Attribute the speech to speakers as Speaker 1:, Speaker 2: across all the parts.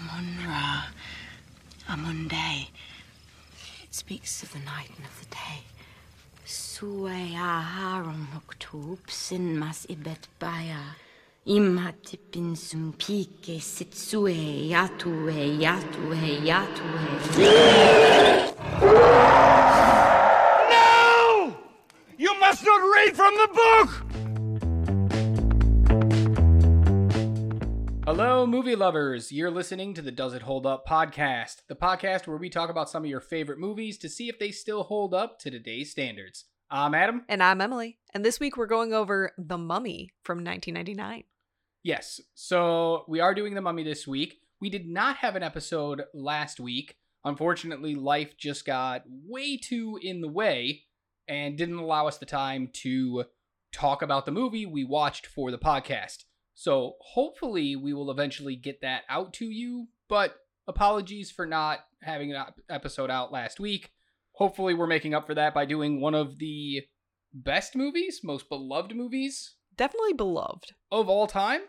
Speaker 1: Amun-Ra, Amun-Day. It speaks of the night and of the day. Sue aharum maktub sin mas ibet baya. Imatipin sumpike sitsue yatue yatue yatue.
Speaker 2: No! You must not read from the book!
Speaker 3: Hello, movie lovers. You're listening to the Does It Hold Up podcast, the podcast where we talk about some of your favorite movies to see if they still hold up to today's standards. I'm Adam.
Speaker 4: And I'm Emily. And this week we're going over The Mummy from 1999.
Speaker 3: Yes, so we are doing The Mummy this week. We did not have an episode last week. Unfortunately, life just got way too in the way and didn't allow us the time to talk about the movie we watched for the podcast. So hopefully, we will eventually get that out to you, but apologies for not having an op- episode out last week. Hopefully, we're making up for that by doing one of the best movies, most beloved movies
Speaker 4: Definitely beloved.
Speaker 3: of all time?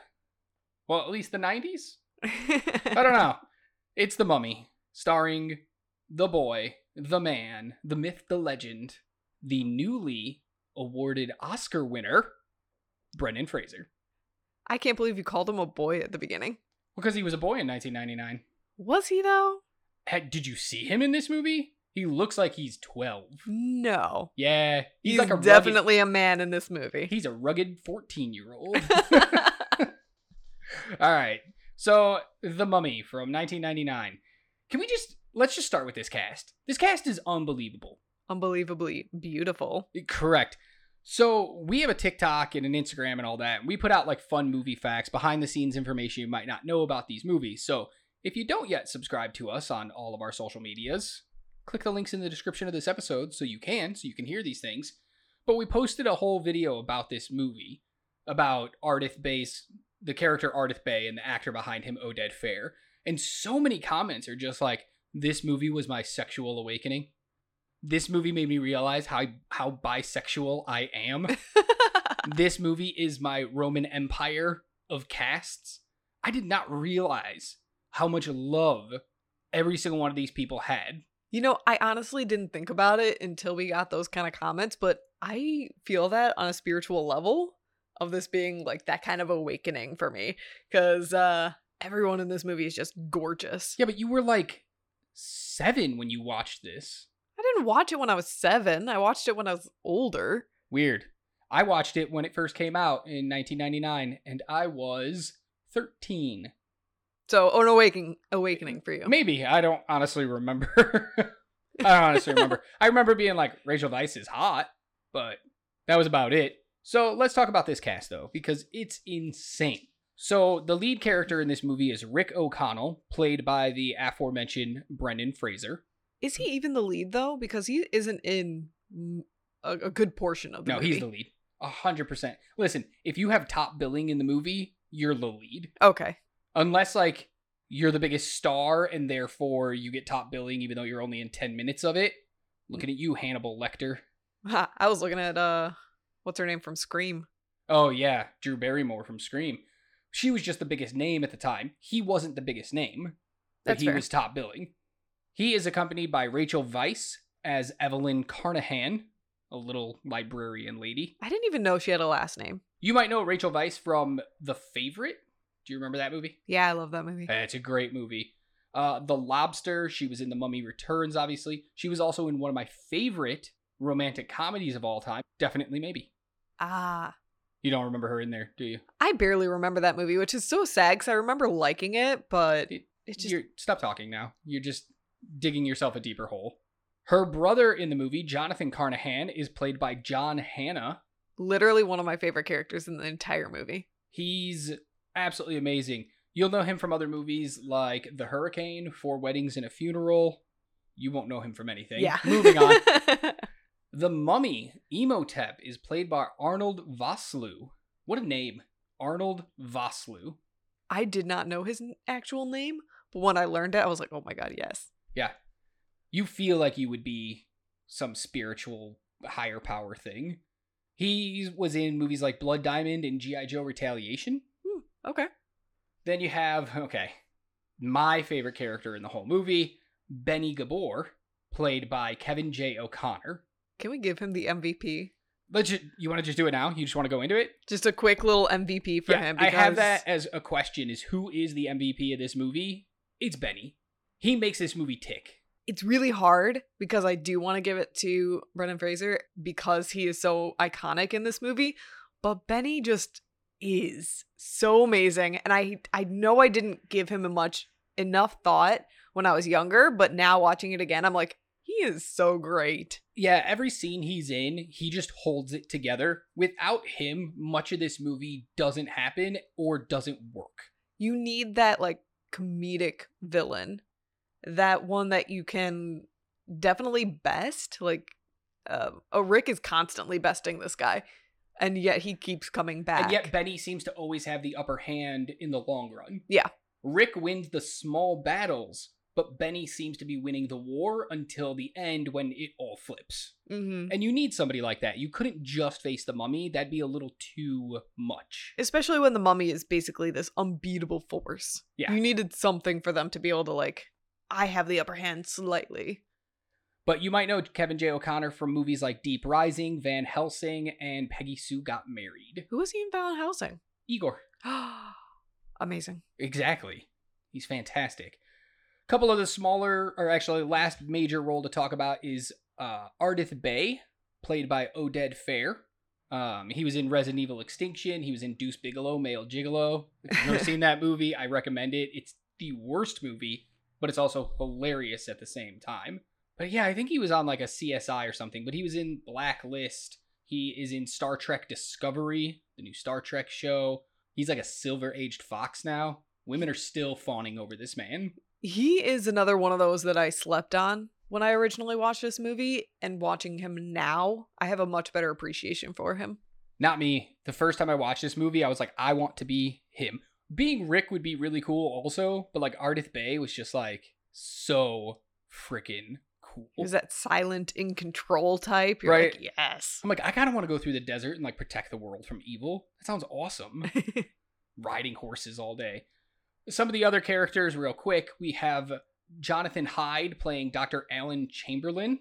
Speaker 3: Well, at least the 90s? I don't know. It's The Mummy, starring the boy, the man, the myth, the legend, the newly awarded Oscar winner, Brendan Fraser.
Speaker 4: I can't believe you called him a boy at the beginning.
Speaker 3: Because he was a boy in 1999.
Speaker 4: Was he though?
Speaker 3: Heck, did you see him in this movie? He looks like he's 12.
Speaker 4: No.
Speaker 3: Yeah, he's,
Speaker 4: He's,
Speaker 3: like a rugged-
Speaker 4: definitely a man in this movie.
Speaker 3: he's a rugged 14 year old. All right. So, The Mummy from 1999. Can we just let's just start with this cast. This cast is unbelievable.
Speaker 4: Unbelievably beautiful.
Speaker 3: Correct. So, we have a TikTok and an Instagram and all that. We put out like fun movie facts, behind the scenes information you might not know about these movies. So, if you don't yet subscribe to us on all of our social medias, click the links in the description of this episode so you can, so you can hear these things. But we posted a whole video about this movie, about Ardith Bay's, the character Ardith Bay and the actor behind him, Oded Fair. And so many comments are just like, this movie was my sexual awakening. This movie made me realize how, how bisexual I am. this movie is my Roman Empire of casts. I did not realize how much love every single one of these people had.
Speaker 4: you know, I honestly didn't think about it until we got those kind of comments, but I feel that on a spiritual level of this being like that kind of awakening for me cuz uh everyone in this movie is just gorgeous.
Speaker 3: Yeah, but you were like seven when you watched this.
Speaker 4: I didn't watch it when I was seven. I watched it when I was older.
Speaker 3: Weird. I watched it when it first came out in 1999, and I was 13.
Speaker 4: So an awakening, awakening for you.
Speaker 3: Maybe. I don't honestly remember. I don't honestly remember. I remember being like, Rachel Vice is hot, but that was about it. So let's talk about this cast, though, because it's insane. So the lead character in this movie is Rick O'Connell, played by the aforementioned Brendan Fraser.
Speaker 4: Is he even the lead though? Because he isn't in mm, a, a good portion of the
Speaker 3: No,
Speaker 4: movie.
Speaker 3: he's the lead. A hundred percent. Listen, if you have top billing in the movie, you're the lead.
Speaker 4: Okay.
Speaker 3: Unless like you're the biggest star and therefore you get top billing even though you're only in ten minutes of it. Looking at you, Hannibal Lecter.
Speaker 4: Ha, I was looking at uh, what's her name from Scream?
Speaker 3: Oh yeah, Drew Barrymore from Scream. She was just the biggest name at the time. He wasn't the biggest name, but
Speaker 4: That's
Speaker 3: he
Speaker 4: fair.
Speaker 3: was top billing. He is accompanied by Rachel Weisz as Evelyn Carnahan, a little librarian lady.
Speaker 4: I didn't even know she had a last name.
Speaker 3: You might know Rachel Weisz from The Favorite. Do you remember that movie?
Speaker 4: Yeah, I love that movie.
Speaker 3: Eh, It's a great movie. Uh, the Lobster. She was in The Mummy Returns, obviously. She was also in one of my favorite romantic comedies of all time. Definitely, maybe.
Speaker 4: Ah,
Speaker 3: You don't remember her in there, do you?
Speaker 4: I barely remember that movie, which is so sad because I remember liking it, but
Speaker 3: It-
Speaker 4: it's just
Speaker 3: You're, stop talking now. You're just digging yourself a deeper hole. Her brother in the movie, Jonathan Carnahan, is played by John Hannah.
Speaker 4: literally one of my favorite characters in the entire movie.
Speaker 3: He's absolutely amazing. You'll know him from other movies like The Hurricane, Four Weddings and a Funeral. You won't know him from anything.
Speaker 4: Yeah.
Speaker 3: Moving on. the Mummy, Emotep, is played by Arnold Vosloo. What a name. Arnold Vosloo.
Speaker 4: I did not know his n- actual name, but when I learned it, I was like, oh my god, yes.
Speaker 3: you feel like you would be some spiritual higher power thing. He was in movies like Blood Diamond and G.I. Joe Retaliation.
Speaker 4: Hmm, okay.
Speaker 3: Then you have, okay, my favorite character in the whole movie, Benny Gabor, played by Kevin J. O'Connor.
Speaker 4: Can we give him the MVP?
Speaker 3: Let's ju- you want to just do it now? You just want to go into it?
Speaker 4: Just a quick little MVP for
Speaker 3: Yeah,
Speaker 4: him.
Speaker 3: I
Speaker 4: Because
Speaker 3: have that as a question: Is who is the MVP of this movie? It's Benny. He makes this movie tick.
Speaker 4: It's really hard because I do want to give it to Brendan Fraser because he is so iconic in this movie, but Benny just is so amazing, and I I know I didn't give him a much enough thought when I was younger, but now watching it again, I'm like, he is so great.
Speaker 3: Yeah, every scene he's in, he just holds it together. Without him, much of this movie doesn't happen or doesn't work.
Speaker 4: you need that like comedic villain that one that you can definitely best like uh, oh rick is constantly besting this guy and yet he keeps coming back
Speaker 3: And yet Benny seems to always have the upper hand in the long run.
Speaker 4: Yeah.
Speaker 3: Rick wins the small battles, but Benny seems to be winning the war until the end when it all flips.
Speaker 4: hmm
Speaker 3: And you need somebody like that. You couldn't just face the mummy, that'd be a little too much.
Speaker 4: especially when the mummy is basically this unbeatable force
Speaker 3: Yeah.
Speaker 4: you needed something for them to be able to like i have the upper hand slightly
Speaker 3: But you might know Kevin J. O'Connor from movies like Deep Rising, Van Helsing, and Peggy Sue Got Married.
Speaker 4: who was he in Valid housing
Speaker 3: Igor.
Speaker 4: amazing
Speaker 3: Exactly. He's fantastic. A couple of the smaller, or actually, last major role to talk about is uh, Ardith Bay, played by Oded Fair. Um, he was in Resident Evil Extinction. He was in Deuce Bigelow, Male Gigolo. If you've never seen that movie, I recommend it. It's the worst movie, but it's also hilarious at the same time. But yeah, I think he was on like a CSI or something, but he was in Blacklist. He is in Star Trek Discovery, the new Star Trek show. He's like a silver aged fox now. Women are still fawning over this man.
Speaker 4: He is another one of those that I slept on when I originally watched this movie, and watching him now, I have a much better appreciation for him.
Speaker 3: Not me. The first time I watched this movie, I was like, I want to be him. Being Rick would be really cool also, but like Ardith Bay was just like so freaking cool.
Speaker 4: Is that silent, in control type? You're
Speaker 3: Right.
Speaker 4: like, yes.
Speaker 3: I'm like, I kind of want to go through the desert and like protect the world from evil. That sounds awesome. riding horses all day. Some of the other characters, real quick, we have Jonathan Hyde playing Dr. Alan Chamberlain.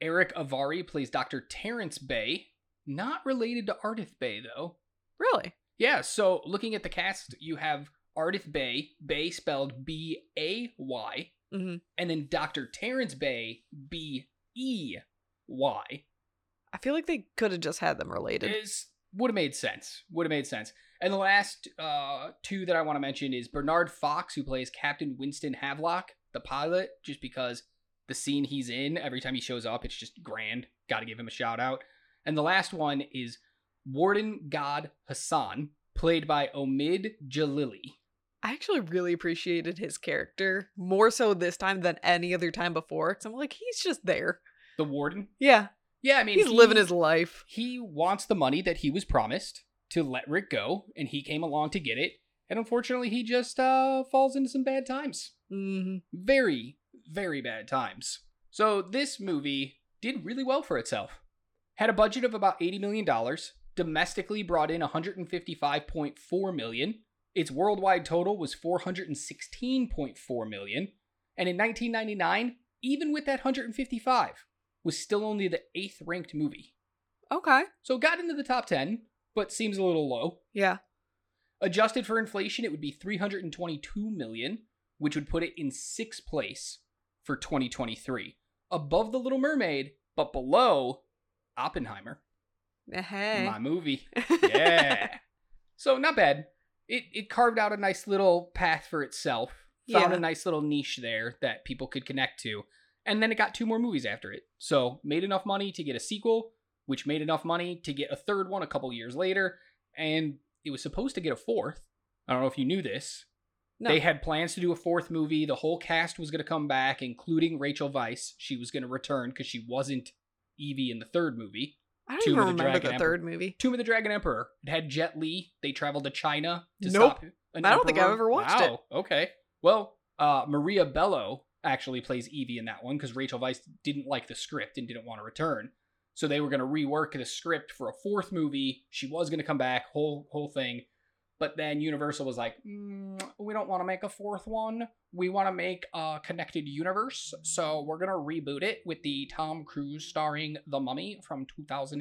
Speaker 3: Eric Avari plays Dr. Terrence Bay, not related to Ardith Bay, though.
Speaker 4: really?
Speaker 3: Yeah, so looking at the cast, you have Ardith Bay, Bay spelled B A Y,
Speaker 4: hmm
Speaker 3: and then Dr. Terrence Bay, B E Y.
Speaker 4: I feel like they could have just had them related.
Speaker 3: is would have made sense. Would have made sense. And the last uh, two that I want to mention is Bernard Fox, who plays Captain Winston Havelock, the pilot, just because the scene he's in, every time he shows up, it's just grand. Got to give him a shout out. And the last one is Warden God Hassan, played by Omid Jalili.
Speaker 4: I actually really appreciated his character more so this time than any other time before. Cause I'm like, he's just there.
Speaker 3: The warden?
Speaker 4: Yeah,
Speaker 3: Yeah, I mean,
Speaker 4: he's
Speaker 3: he-
Speaker 4: living his life.
Speaker 3: He wants the money that he was promised to let Rick go, and he came along to get it. And unfortunately, he just uh, falls into some bad times.
Speaker 4: hmm
Speaker 3: very, very bad times. So this movie did really well for itself. Had a budget of about $80 million, domestically brought in 155.4 million. Its worldwide total was 416.4 million, and in 1999, even with that 155, was still only the 8th ranked movie.
Speaker 4: Okay.
Speaker 3: So it got into the top 10, but seems a little low.
Speaker 4: Yeah.
Speaker 3: Adjusted for inflation, it would be 322 million, which would put it in sixth place for 2023, above The Little Mermaid, but below Oppenheimer,
Speaker 4: Eh, Hey.
Speaker 3: my movie. Yeah. so not bad. It it carved out a nice little path for itself. Found
Speaker 4: Yeah.
Speaker 3: a nice little niche there that people could connect to. And then it got two more movies after it. So made enough money to get a sequel, which made enough money to get a third one a couple years later, and it was supposed to get a fourth. I don't know if you knew this.
Speaker 4: No.
Speaker 3: They had plans to do a fourth movie. The whole cast was going to come back, including Rachel Weisz. She was going to return because she wasn't Evie in the third movie.
Speaker 4: I don't
Speaker 3: Tomb
Speaker 4: even
Speaker 3: of the
Speaker 4: remember the
Speaker 3: Dragon
Speaker 4: third movie.
Speaker 3: Tomb of the Dragon Emperor. It had Jet Li. They traveled to China to
Speaker 4: Nope.
Speaker 3: stop an
Speaker 4: I don't think I've
Speaker 3: emperor.
Speaker 4: ever watched it.
Speaker 3: wow. Okay. Well, uh, Maria Bello actually plays Evie in that one because Rachel Weisz didn't like the script and didn't want to return. So they were going to rework the script for a fourth movie. She was going to come back, whole whole thing. But then Universal was like, "Mm, we don't want to make a fourth one. We want to make a connected universe. So we're going to reboot it with the Tom Cruise starring The Mummy from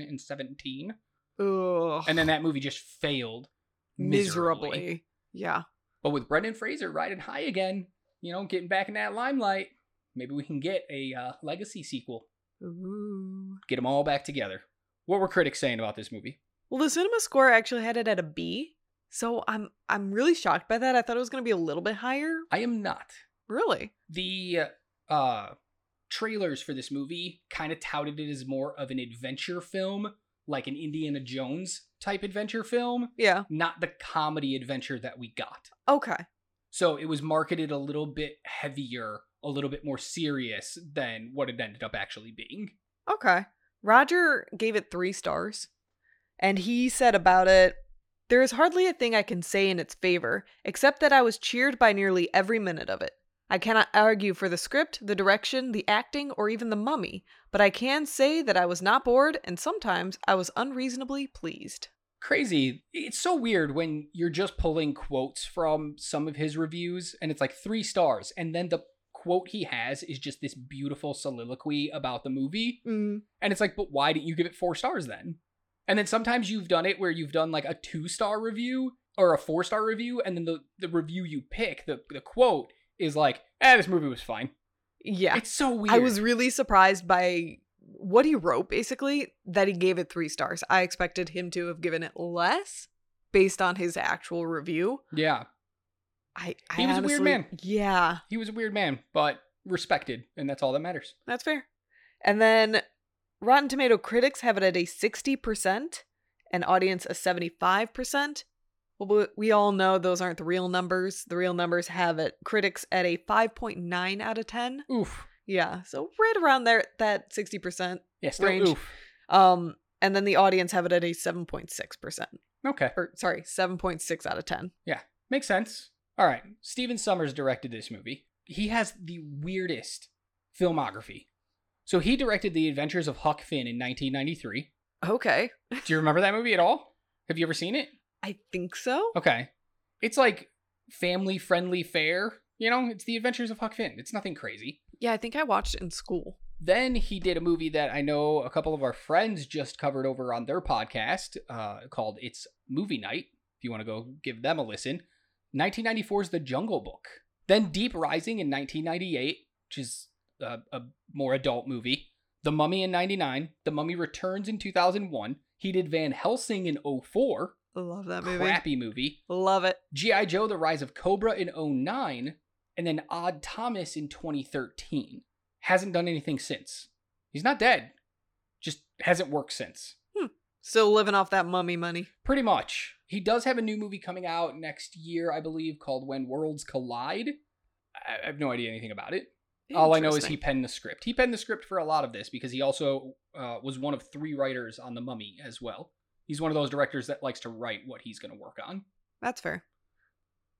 Speaker 3: 2017.
Speaker 4: Ugh.
Speaker 3: And then that movie just failed miserably.
Speaker 4: miserably. Yeah.
Speaker 3: But with Brendan Fraser riding high again, you know, getting back in that limelight, maybe we can get a uh, legacy sequel.
Speaker 4: Ooh.
Speaker 3: Get them all back together. What were critics saying about this movie?
Speaker 4: Well, the cinema score actually had it at a B. So I'm I'm really shocked by that. I thought it was going to be a little bit higher.
Speaker 3: I am not.
Speaker 4: Really?
Speaker 3: The uh, trailers for this movie kind of touted it as more of an adventure film, like an Indiana Jones type adventure film,
Speaker 4: Yeah.
Speaker 3: not the comedy adventure that we got.
Speaker 4: Okay.
Speaker 3: So it was marketed a little bit heavier, a little bit more serious than what it ended up actually being.
Speaker 4: Okay. Roger gave it 3 stars. And he said about it, there is hardly a thing I can say in its favor except that I was cheered by nearly every minute of it. I cannot argue for the script, the direction, the acting, or even the mummy, but I can say that I was not bored and sometimes I was unreasonably pleased.
Speaker 3: crazy. It's so weird when you're just pulling quotes from some of his reviews and it's like three stars. And then the quote he has is just this beautiful soliloquy about the movie.
Speaker 4: Mm.
Speaker 3: And it's like, but why didn't you give it four stars then? And then sometimes you've done it where you've done like a two star review or a four star review. And then the, the review you pick, the, the quote is like, eh, this movie was fine.
Speaker 4: Yeah.
Speaker 3: It's so weird.
Speaker 4: I was really surprised by what he wrote basically that he gave it 3 stars. I expected him to have given it less based on his actual review.
Speaker 3: Yeah.
Speaker 4: I, I
Speaker 3: He was a weird
Speaker 4: honestly-
Speaker 3: man.
Speaker 4: Yeah,
Speaker 3: He was a weird man, but respected. And that's all that matters.
Speaker 4: that's fair. And then Rotten Tomato critics have it at a 60% and audience a 75%. Well, we- we all know those aren't the real numbers. The real numbers have it critics at a 5.9 out of 10.
Speaker 3: Oof.
Speaker 4: Yeah, so right around there that 60%.
Speaker 3: Yeah, still
Speaker 4: Range.
Speaker 3: oof.
Speaker 4: Um and then the audience have it at a 7.6%.
Speaker 3: Okay.
Speaker 4: Or sorry, 7.6 out of 10.
Speaker 3: Makes sense. All right. Steven Summers directed this movie. He has the weirdest filmography. So he directed The Adventures of Huck Finn in 1993.
Speaker 4: Okay.
Speaker 3: Do you remember that movie at all? Have you ever seen it?
Speaker 4: I think so.
Speaker 3: Okay. It's like family friendly fare. You know, it's The Adventures of Huck Finn. It's nothing crazy.
Speaker 4: Yeah, I think I watched it in school.
Speaker 3: Then he did a movie that I know a couple of our friends just covered over on their podcast uh, called It's Movie Night. If you want to go give them a listen, 1994's The Jungle Book. Then Deep Rising in 1998, which is a, a more adult movie. The Mummy in 99. The Mummy Returns in 2001. He did Van Helsing in 04.
Speaker 4: Love that movie.
Speaker 3: Crappy movie.
Speaker 4: Love it.
Speaker 3: G.I. Joe, The Rise of Cobra in 09, and then Odd Thomas in 2013. Hasn't done anything since. He's not dead, just hasn't worked since.
Speaker 4: Still living off that mummy money.
Speaker 3: Pretty much. He does have a new movie coming out next year, I believe, called When Worlds Collide. I I have no idea anything about it. All I know is he
Speaker 4: Interesting.
Speaker 3: penned the script. He penned the script for a lot of this because he also uh, was one of three writers on The Mummy as well. He's one of those directors that likes to write what he's going to work on.
Speaker 4: That's fair.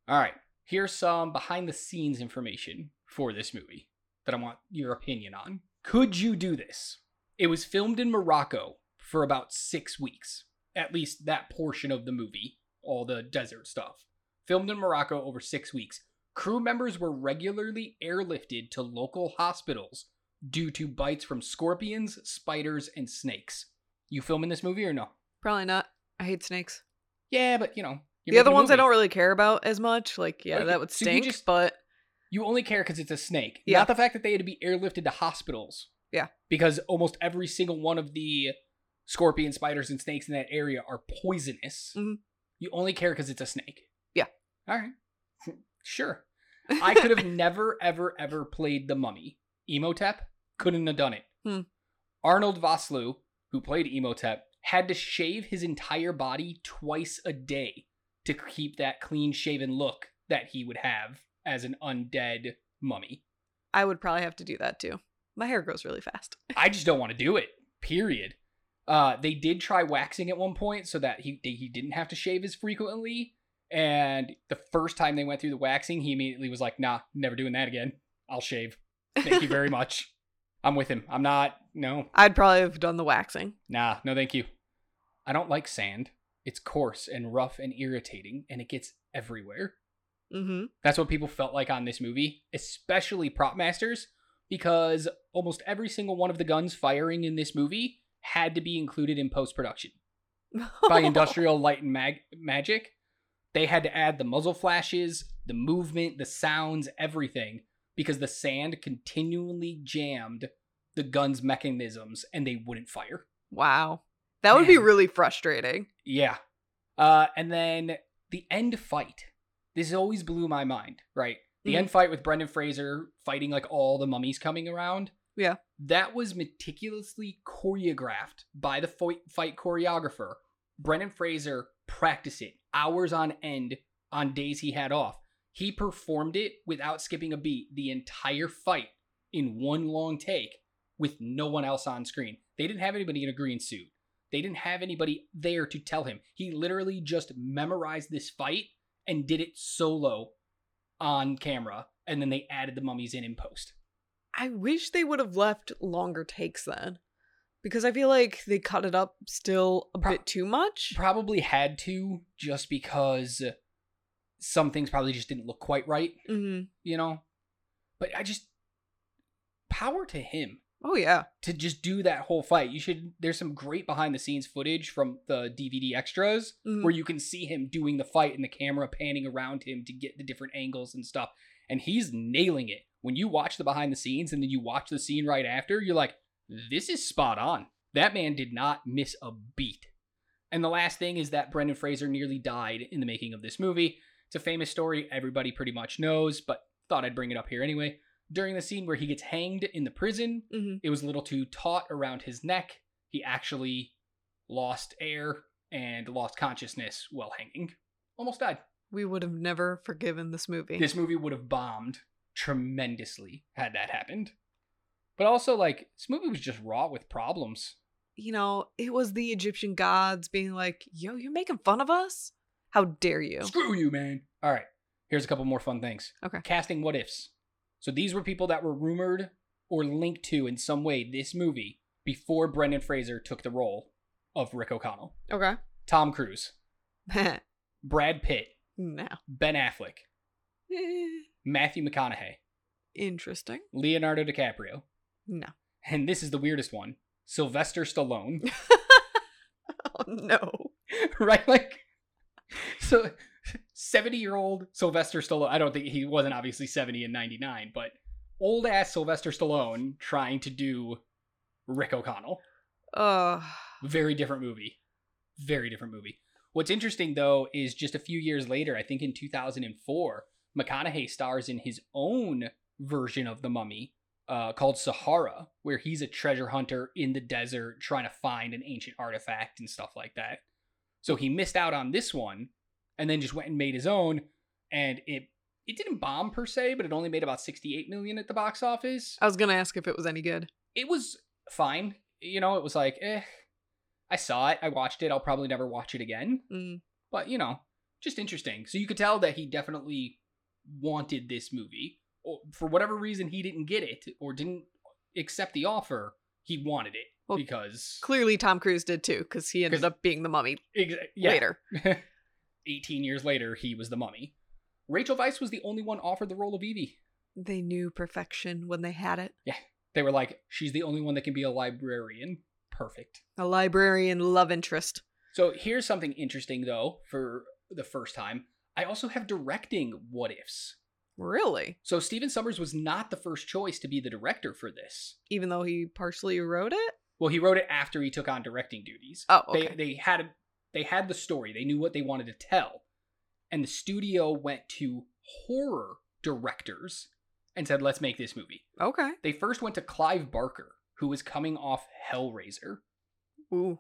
Speaker 3: All right. Here's some behind the scenes information for this movie that I want your opinion on. Could you do this? It was filmed in Morocco for about six weeks, at least that portion of the movie, all the desert stuff. Filmed in Morocco over six weeks. Crew members were regularly airlifted to local hospitals due to bites from scorpions, spiders, and snakes. You filming this movie or no?
Speaker 4: Probably not. I hate snakes.
Speaker 3: Yeah, but you know. you're
Speaker 4: the other
Speaker 3: making a
Speaker 4: ones I
Speaker 3: movie.
Speaker 4: don't really care about as much. Like, yeah,
Speaker 3: Like,
Speaker 4: that would
Speaker 3: so you
Speaker 4: stink.
Speaker 3: just-
Speaker 4: but
Speaker 3: You only care because it's a snake,
Speaker 4: Yeah.
Speaker 3: not the fact that they had to be airlifted to hospitals.
Speaker 4: Yeah.
Speaker 3: Because almost every single one of the scorpion, spiders, and snakes in that area are poisonous.
Speaker 4: Mhm.
Speaker 3: You only care because it's a snake.
Speaker 4: Yeah.
Speaker 3: All right. Sure. I could have never, ever, ever played the mummy. Emotep couldn't have done it.
Speaker 4: Hmm.
Speaker 3: Arnold Vosloo, who played Emotep, had to shave his entire body twice a day to keep that clean shaven look that he would have as an undead mummy.
Speaker 4: I would probably have to do that too. My hair grows really fast.
Speaker 3: I just don't want to do it. Period. Uh, they did try waxing at one point so that he he didn't have to shave as frequently. And the first time they went through the waxing, he immediately was like, "Nah, never doing that again. I'll shave. Thank you very much. I'm with him. I'm not. No,
Speaker 4: I'd probably have done the waxing.
Speaker 3: nah, no, thank you. I don't like sand. It's coarse and rough and irritating, and it gets everywhere.
Speaker 4: Mm-hmm.
Speaker 3: That's what people felt like on this movie, especially prop masters, because almost every single one of the guns firing in this movie had to be included in post production by Industrial Light and Mag- Magic. They had to add the muzzle flashes, the movement, the sounds, everything, because the sand continually jammed the gun's mechanisms and they wouldn't fire.
Speaker 4: Wow. That would be
Speaker 3: Man.
Speaker 4: really frustrating.
Speaker 3: Yeah. Uh, and then the end fight. This always blew my mind, right? The
Speaker 4: Mhm.
Speaker 3: end fight with Brendan Fraser fighting like all the mummies coming around.
Speaker 4: Yeah.
Speaker 3: That was meticulously choreographed by the fight, fight choreographer. Brendan Fraser practiced it hours on end on days he had off. He performed it without skipping a beat the entire fight in one long take with no one else on screen. They didn't have anybody in a green suit. They didn't have anybody there to tell him. He literally just memorized this fight and did it solo on camera, and then they added the mummies in in post.
Speaker 4: I wish they would have left longer takes then. Because I feel like they cut it up still a
Speaker 3: Pro-
Speaker 4: bit too much.
Speaker 3: Probably had to just because some things probably just didn't look quite right,
Speaker 4: Mm-hmm.
Speaker 3: you know? But I just. Power to him
Speaker 4: Oh, yeah.
Speaker 3: to just do that whole fight. You should. There's some great behind the scenes footage from the DVD extras
Speaker 4: Mhm.
Speaker 3: where you can see him doing the fight and the camera panning around him to get the different angles and stuff. And he's nailing it. When you watch the behind the scenes and then you watch the scene right after, you're like, this is spot on. That man did not miss a beat. And the last thing is that Brendan Fraser nearly died in the making of this movie. It's a famous story everybody pretty much knows, but thought I'd bring it up here anyway. During the scene where he gets hanged in the prison,
Speaker 4: Mm-hmm.
Speaker 3: it was a little too taut around his neck. He actually lost air and lost consciousness while hanging. Almost died.
Speaker 4: We would have never forgiven this movie.
Speaker 3: This movie would have bombed tremendously had that happened. But also, like, this movie was just wrought with problems.
Speaker 4: you know, it was the Egyptian gods being like, yo, you're making fun of us? How dare you?
Speaker 3: Screw you, man. All right. Here's a couple more fun things.
Speaker 4: Okay.
Speaker 3: Casting what ifs. So these were people that were rumored or linked to in some way this movie before Brendan Fraser took the role of Rick O'Connell.
Speaker 4: Okay.
Speaker 3: Tom Cruise, Brad Pitt,
Speaker 4: no.
Speaker 3: Ben Affleck,
Speaker 4: Eh,
Speaker 3: Matthew McConaughey,
Speaker 4: Interesting.
Speaker 3: Leonardo DiCaprio,
Speaker 4: No.
Speaker 3: and this is the weirdest one, Sylvester Stallone.
Speaker 4: Oh, no.
Speaker 3: right? Like so 70-year-old Sylvester Stallone. I don't think he wasn't obviously 70 and 99, but old ass Sylvester Stallone trying to do Rick O'Connell.
Speaker 4: Uh,
Speaker 3: Very different movie. Very different movie. What's interesting though is just a few years later, I think in 2004, McConaughey stars in his own version of The Mummy uh, called Sahara, where he's a treasure hunter in the desert trying to find an ancient artifact and stuff like that. So he missed out on this one and then just went and made his own and it it didn't bomb per se, but it only made about 68 million at the box office
Speaker 4: I was going to ask if it was any good.
Speaker 3: it was fine. You know, it was like, eh, I saw it, I watched it, I'll probably never watch it again.
Speaker 4: Mm.
Speaker 3: But, you know, just interesting. So you could tell that he definitely wanted this movie. Or for whatever reason, he didn't get it or didn't accept the offer. He wanted it
Speaker 4: Well,
Speaker 3: because.
Speaker 4: Clearly, Tom Cruise did too, because he ended
Speaker 3: 'Cause-
Speaker 4: up being the mummy
Speaker 3: Ex- yeah.
Speaker 4: later.
Speaker 3: 18 years later, he was the mummy. Rachel Weisz was the only one offered the role of Evie.
Speaker 4: They knew perfection when they had it.
Speaker 3: They were like, she's the only one that can be a librarian. Perfect.
Speaker 4: A librarian love interest.
Speaker 3: So here's something interesting though for the first time. I also have directing what ifs.
Speaker 4: Really?
Speaker 3: So Steven Summers was not the first choice to be the director for this.
Speaker 4: Even though he partially wrote it?
Speaker 3: Well, he wrote it after he took on directing duties.
Speaker 4: Oh,
Speaker 3: They
Speaker 4: okay.
Speaker 3: they had a, they had the story. They knew what they wanted to tell. And the studio went to horror directors and said, "Let's make this movie."
Speaker 4: Okay.
Speaker 3: They first went to Clive Barker, who was coming off Hellraiser.
Speaker 4: Ooh.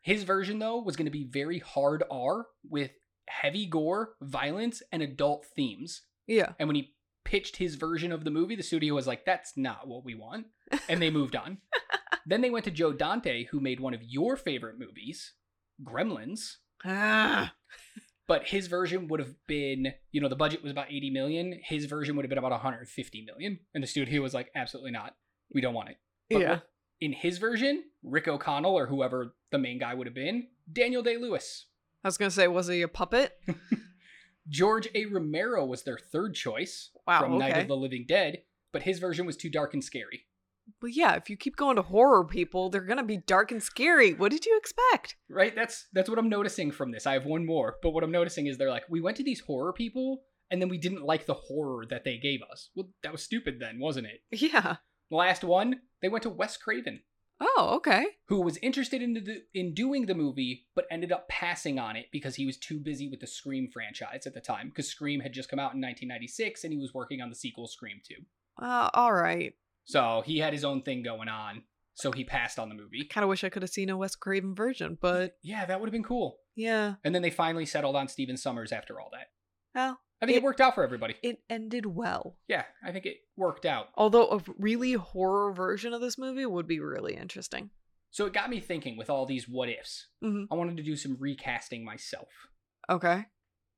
Speaker 3: His version, though, was going to be very hard R with heavy gore, violence, and adult themes.
Speaker 4: Yeah.
Speaker 3: And when he pitched his version of the movie, the studio was like, that's not what we want. And they moved on. then they went to Joe Dante, who made one of your favorite movies, Gremlins.
Speaker 4: Ah.
Speaker 3: But his version would have been, you know, the budget was about 80 million. His version would have been about 150 million. And the studio was like, absolutely not. We don't want it. But
Speaker 4: Yeah.
Speaker 3: In his version, Rick O'Connell or whoever the main guy would have been, Daniel Day Lewis
Speaker 4: I was gonna say, was he a puppet?
Speaker 3: George A. Romero was their third choice
Speaker 4: Wow,
Speaker 3: from Night
Speaker 4: okay.
Speaker 3: of the Living Dead, but his version was too dark and scary.
Speaker 4: Well, yeah. If you keep going to horror people, they're gonna be dark and scary. What did you expect?
Speaker 3: Right? That's that's what I'm noticing from this. I have one more, but what I'm noticing is they're like, we went to these horror people and then we didn't like the horror that they gave us. Well, that was stupid then, wasn't it?
Speaker 4: Yeah.
Speaker 3: The last one, they went to Wes Craven,
Speaker 4: Oh, okay.
Speaker 3: who was interested in the, in doing the movie but ended up passing on it because he was too busy with the Scream franchise at the time because Scream had just come out in 1996 and he was working on the sequel Scream 2.
Speaker 4: Uh, all right.
Speaker 3: So he had his own thing going on, so he passed on the movie.
Speaker 4: Kind of wish I could have seen a Wes Craven version, but
Speaker 3: Yeah, that would have been cool.
Speaker 4: yeah.
Speaker 3: And then they finally settled on Steven Summers after all that.
Speaker 4: Well,
Speaker 3: I think it,
Speaker 4: It-
Speaker 3: worked out for everybody.
Speaker 4: it ended well.
Speaker 3: yeah, I think it worked out.
Speaker 4: Although a really horror version of this movie would be really interesting.
Speaker 3: So it got me thinking with all these what ifs.
Speaker 4: Mhm.
Speaker 3: I wanted to do some recasting myself.
Speaker 4: Okay.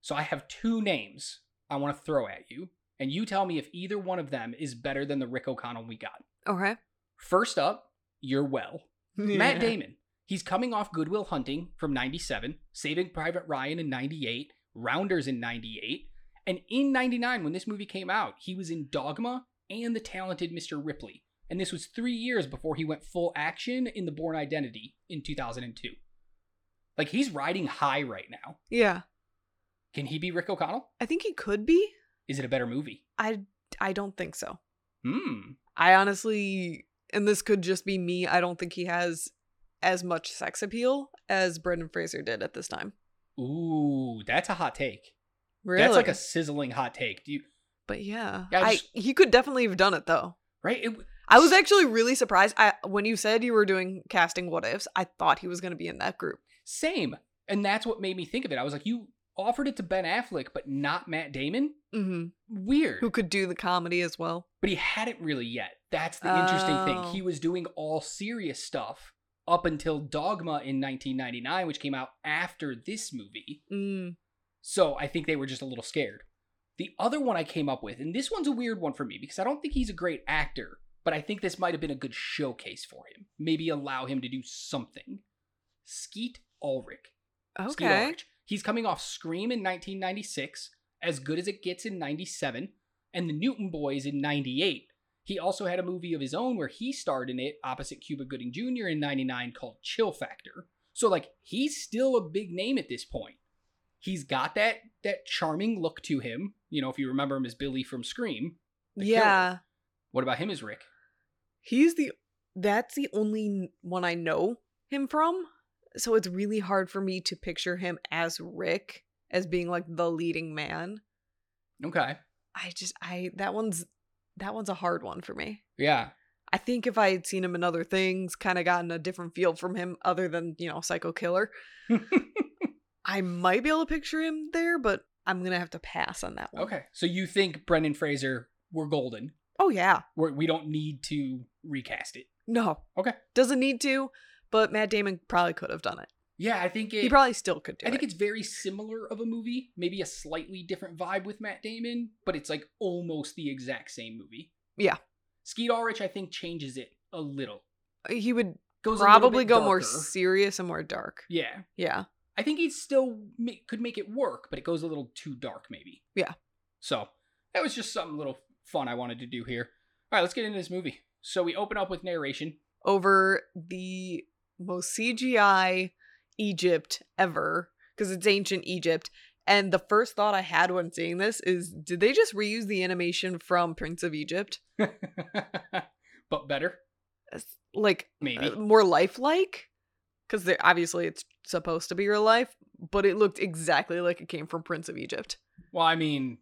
Speaker 3: So I have two names I want to throw at you, and you tell me if either one of them is better than the Rick O'Connell we got.
Speaker 4: Okay.
Speaker 3: First up, you're well. Matt
Speaker 4: Yeah.
Speaker 3: Damon. He's coming off Goodwill Hunting from 97, Saving Private Ryan in 98, Rounders in 98, and in 99, when this movie came out, he was in Dogma and The Talented Mr. Ripley. And this was three years before he went full action in The Born Identity in 2002. Like, he's riding high right now.
Speaker 4: Yeah.
Speaker 3: Can he be Rick O'Connell?
Speaker 4: I think he could be.
Speaker 3: Is it a better movie?
Speaker 4: I I don't think so.
Speaker 3: Hmm.
Speaker 4: I honestly, and this could just be me, I don't think he has as much sex appeal as Brendan Fraser did at this time.
Speaker 3: Ooh, that's a hot take.
Speaker 4: Really?
Speaker 3: That's like a sizzling hot take. Do you,
Speaker 4: but yeah.
Speaker 3: Yeah, I
Speaker 4: I
Speaker 3: just-
Speaker 4: he could definitely have done it though.
Speaker 3: right? It,
Speaker 4: I was actually really surprised I when you said you were doing casting what ifs, I thought he was going to be in that group.
Speaker 3: Same. And that's what made me think of it. I was like, you offered it to Ben Affleck, but not Matt Damon?
Speaker 4: Mhm.
Speaker 3: Weird.
Speaker 4: Who could do the comedy as well?
Speaker 3: but he hadn't really yet. That's the interesting thing.
Speaker 4: Oh.
Speaker 3: He was doing all serious stuff up until Dogma in 1999, which came out after this movie.
Speaker 4: Mm.
Speaker 3: So I think they were just a little scared. The other one I came up with, and this one's a weird one for me because I don't think he's a great actor, but I think this might have been a good showcase for him. Maybe allow him to do something. Skeet Ulrich. Skeet
Speaker 4: Okay.
Speaker 3: Ulrich. He's coming off Scream in 1996, As Good as It Gets in 97, and The Newton Boys in 98. He also had a movie of his own where he starred in it opposite Cuba Gooding Jr. in 99 called Chill Factor. So like he's still a big name at this point. He's got that that charming look to him. You know, if you remember him as Billy from Scream. the killer.
Speaker 4: Yeah.
Speaker 3: What about him as Rick?
Speaker 4: He's the that's the only n- one I know him from. So it's really hard for me to picture him as Rick as being like the leading man.
Speaker 3: Okay.
Speaker 4: I just I that one's that one's a hard one for me.
Speaker 3: Yeah.
Speaker 4: I think if I had seen him in other things, kind of gotten a different feel from him other than, you know, Psycho Killer, I might be able to picture him there, but I'm going to have to pass on that one.
Speaker 3: okay. So you think Brendan Fraser, we're golden.
Speaker 4: Oh yeah.
Speaker 3: We're, we don't need to recast it.
Speaker 4: No.
Speaker 3: Okay.
Speaker 4: Doesn't need to, but Matt Damon probably could have done it.
Speaker 3: Yeah, I think it.
Speaker 4: He probably still could do
Speaker 3: I think
Speaker 4: it.
Speaker 3: it's very similar of a movie, maybe a slightly different vibe with Matt Damon, but it's like almost the exact same movie.
Speaker 4: Yeah.
Speaker 3: Skeet Ulrich, I think, changes it a little.
Speaker 4: he would
Speaker 3: Goes a little
Speaker 4: probably
Speaker 3: bit
Speaker 4: go more
Speaker 3: darker.
Speaker 4: serious and more dark.
Speaker 3: yeah,
Speaker 4: Yeah.
Speaker 3: I think he still ma- could make it work, but it goes a little too dark, maybe.
Speaker 4: Yeah.
Speaker 3: So that was just something little fun I wanted to do here. All right, let's get into this movie. So we open up with narration.
Speaker 4: Over the most CGI Egypt ever, because it's ancient Egypt. And the first thought I had when seeing this is did they just reuse the animation from Prince of Egypt?
Speaker 3: but better,
Speaker 4: As- Like
Speaker 3: maybe.
Speaker 4: uh, more lifelike? Because obviously it's supposed to be real life, but it looked exactly like it came from Prince of Egypt.
Speaker 3: Well, I mean,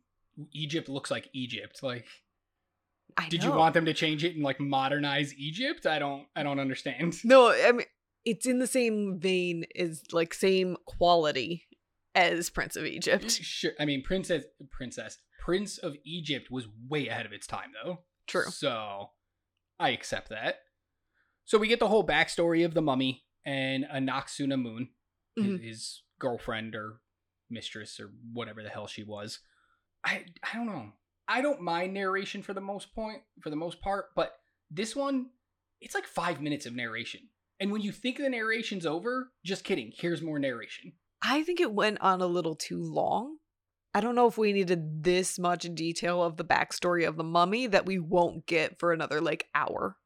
Speaker 3: Egypt looks like Egypt. Like,
Speaker 4: I
Speaker 3: did you
Speaker 4: know.
Speaker 3: want them to change it and like modernize Egypt? I don't. I don't understand.
Speaker 4: No, I mean it's in the same vein as like same quality as Prince of Egypt.
Speaker 3: Sure. I mean, princess, princess, Prince of Egypt was way ahead of its time, though.
Speaker 4: True.
Speaker 3: So, I accept that. So we get the whole backstory of the mummy and Anaxuna Moon, his,
Speaker 4: Mhm.
Speaker 3: his girlfriend or mistress or whatever the hell she was. I I don't know. I don't mind narration for the most point for the most part, but this one, it's like five minutes of narration. And when you think the narration's over, just kidding. Here's more narration.
Speaker 4: I think it went on a little too long. I don't know if we needed this much detail of the backstory of the mummy that we won't get for another like hour.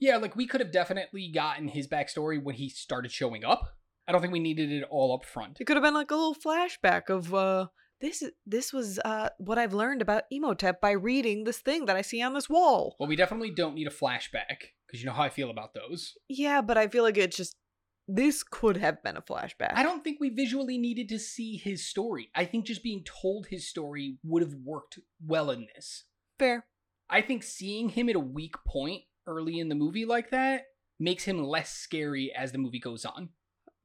Speaker 3: Yeah, like we could have definitely gotten his backstory when he started showing up. I don't think we needed it all up front.
Speaker 4: It could have been like a little flashback of uh this this was uh what I've learned about Emotep by reading this thing that I see on this wall.
Speaker 3: Well, we definitely don't need a flashback because you know how I feel about those.
Speaker 4: Yeah, but I feel like it just this could have been a flashback.
Speaker 3: I don't think we visually needed to see his story. I think just being told his story would have worked well in this.
Speaker 4: fair.
Speaker 3: I think seeing him at a weak point early in the movie like that makes him less scary as the movie goes on.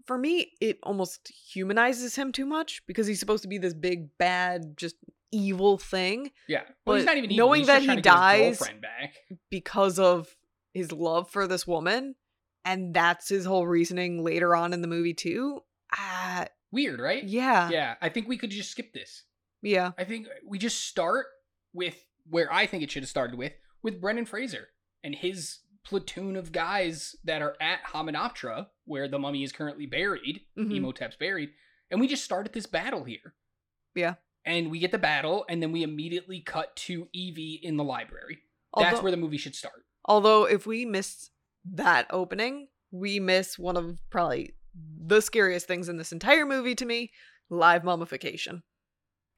Speaker 4: For me, it almost humanizes him too much because he's supposed to be this big bad just evil thing
Speaker 3: Yeah. Well, he's
Speaker 4: But
Speaker 3: not even evil,
Speaker 4: knowing
Speaker 3: he's
Speaker 4: that
Speaker 3: just trying to
Speaker 4: he
Speaker 3: get his
Speaker 4: dies-
Speaker 3: girlfriend back.
Speaker 4: because of his love for this woman and that's his whole reasoning later on in the movie too. Ah,
Speaker 3: Weird, right?
Speaker 4: yeah.
Speaker 3: Yeah. I think we could just skip this.
Speaker 4: Yeah.
Speaker 3: I think we just start with where I think it should have started with, with Brendan Fraser and his platoon of guys that are at Hominoptera, where the mummy is currently buried,
Speaker 4: Mhm.
Speaker 3: Emotep's buried, and we just start at this battle here.
Speaker 4: Yeah.
Speaker 3: And we get the battle, and then we immediately cut to Evie in the library. That's
Speaker 4: Although-
Speaker 3: where the movie should start.
Speaker 4: Although if we miss that opening, we miss one of probably the scariest things in this entire movie to me, live mummification.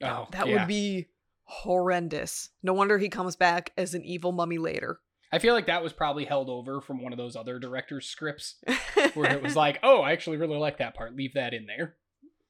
Speaker 3: Oh,
Speaker 4: That
Speaker 3: yeah.
Speaker 4: would be horrendous. No wonder he comes back as an evil mummy later.
Speaker 3: I feel like that was probably held over from one of those other director's scripts where it was like, oh, I actually really like that part. Leave that in there.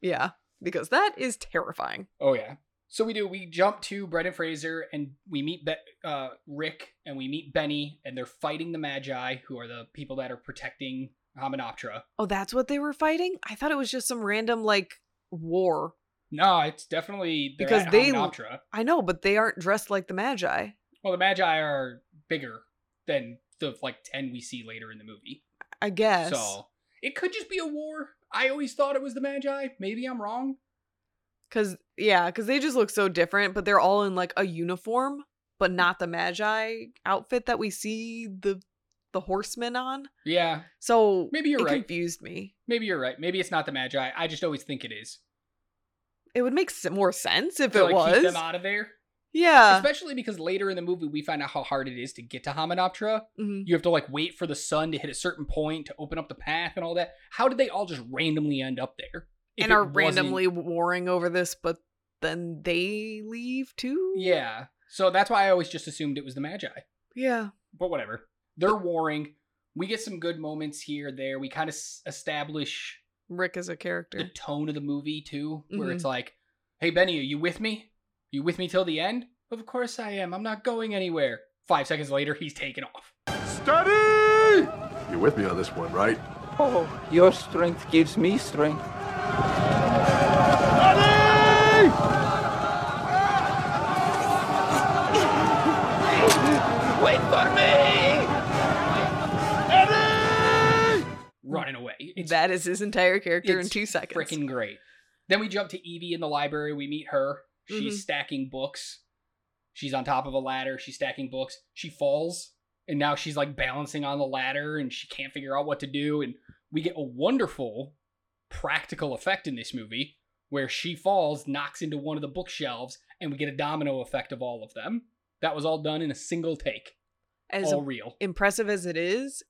Speaker 4: yeah, because that is terrifying.
Speaker 3: Oh yeah. So we do. We jump to Brendan Fraser, and we meet Be- uh, Rick, and we meet Benny, and they're fighting the Magi, who are the people that are protecting Hominoptera.
Speaker 4: Oh, that's what they were fighting? I thought it was just some random like war.
Speaker 3: No, it's definitely they're
Speaker 4: Because
Speaker 3: at
Speaker 4: they-
Speaker 3: Hominoptera.
Speaker 4: I know, but they aren't dressed like the Magi.
Speaker 3: Well, the Magi are bigger than the like ten we see later in the movie.
Speaker 4: I guess.
Speaker 3: So it could just be a war. I always thought it was the Magi. Maybe I'm wrong.
Speaker 4: Cause yeah, cause they just look so different, but they're all in like a uniform, but not the Magi outfit that we see the the horsemen on.
Speaker 3: Yeah,
Speaker 4: So
Speaker 3: Maybe you're
Speaker 4: it
Speaker 3: right.
Speaker 4: confused me.
Speaker 3: maybe you're right. Maybe it's not the Magi. I just always think it is.
Speaker 4: It would make s- more sense if
Speaker 3: To,
Speaker 4: it
Speaker 3: like, keep
Speaker 4: was.
Speaker 3: them out of there.
Speaker 4: Yeah.
Speaker 3: Especially because later in the movie, we find out how hard it is to get to Hominoptera.
Speaker 4: Mhm.
Speaker 3: You have to like wait for the sun to hit a certain point to open up the path and all that. How did they all just randomly end up there? If
Speaker 4: And
Speaker 3: it
Speaker 4: are
Speaker 3: wasn't-
Speaker 4: randomly warring over this, but then they leave too.
Speaker 3: Yeah. So that's why I always just assumed it was the Magi.
Speaker 4: Yeah.
Speaker 3: But whatever. They're warring. We get some good moments here, there. We kind of s- establish
Speaker 4: Rick is a
Speaker 3: the
Speaker 4: character.
Speaker 3: tone of the movie too, where
Speaker 4: Mm-hmm.
Speaker 3: it's like, "Hey Benny, are you with me? You with me till the end? Of course I am. I'm not going anywhere." Five seconds later, he's taken off.
Speaker 4: Mm.
Speaker 2: Steady!
Speaker 5: You're with me on this one, right?
Speaker 6: Oh, your strength gives me strength.
Speaker 2: Steady! Wait for me! Eddie!
Speaker 3: running away. It's
Speaker 4: that is his entire character in
Speaker 3: it's
Speaker 4: two seconds.
Speaker 3: freaking great. Then we jump to Evie in the library. We meet her. She's
Speaker 4: Mhm.
Speaker 3: stacking books. She's on top of a ladder. She's stacking books. She falls, and now she's like balancing on the ladder, and she can't figure out what to do. And we get a wonderful practical effect in this movie where she falls, knocks into one of the bookshelves, and we get a domino effect of all of them. That was all done in a single take,
Speaker 4: as
Speaker 3: all real.
Speaker 4: impressive as it is,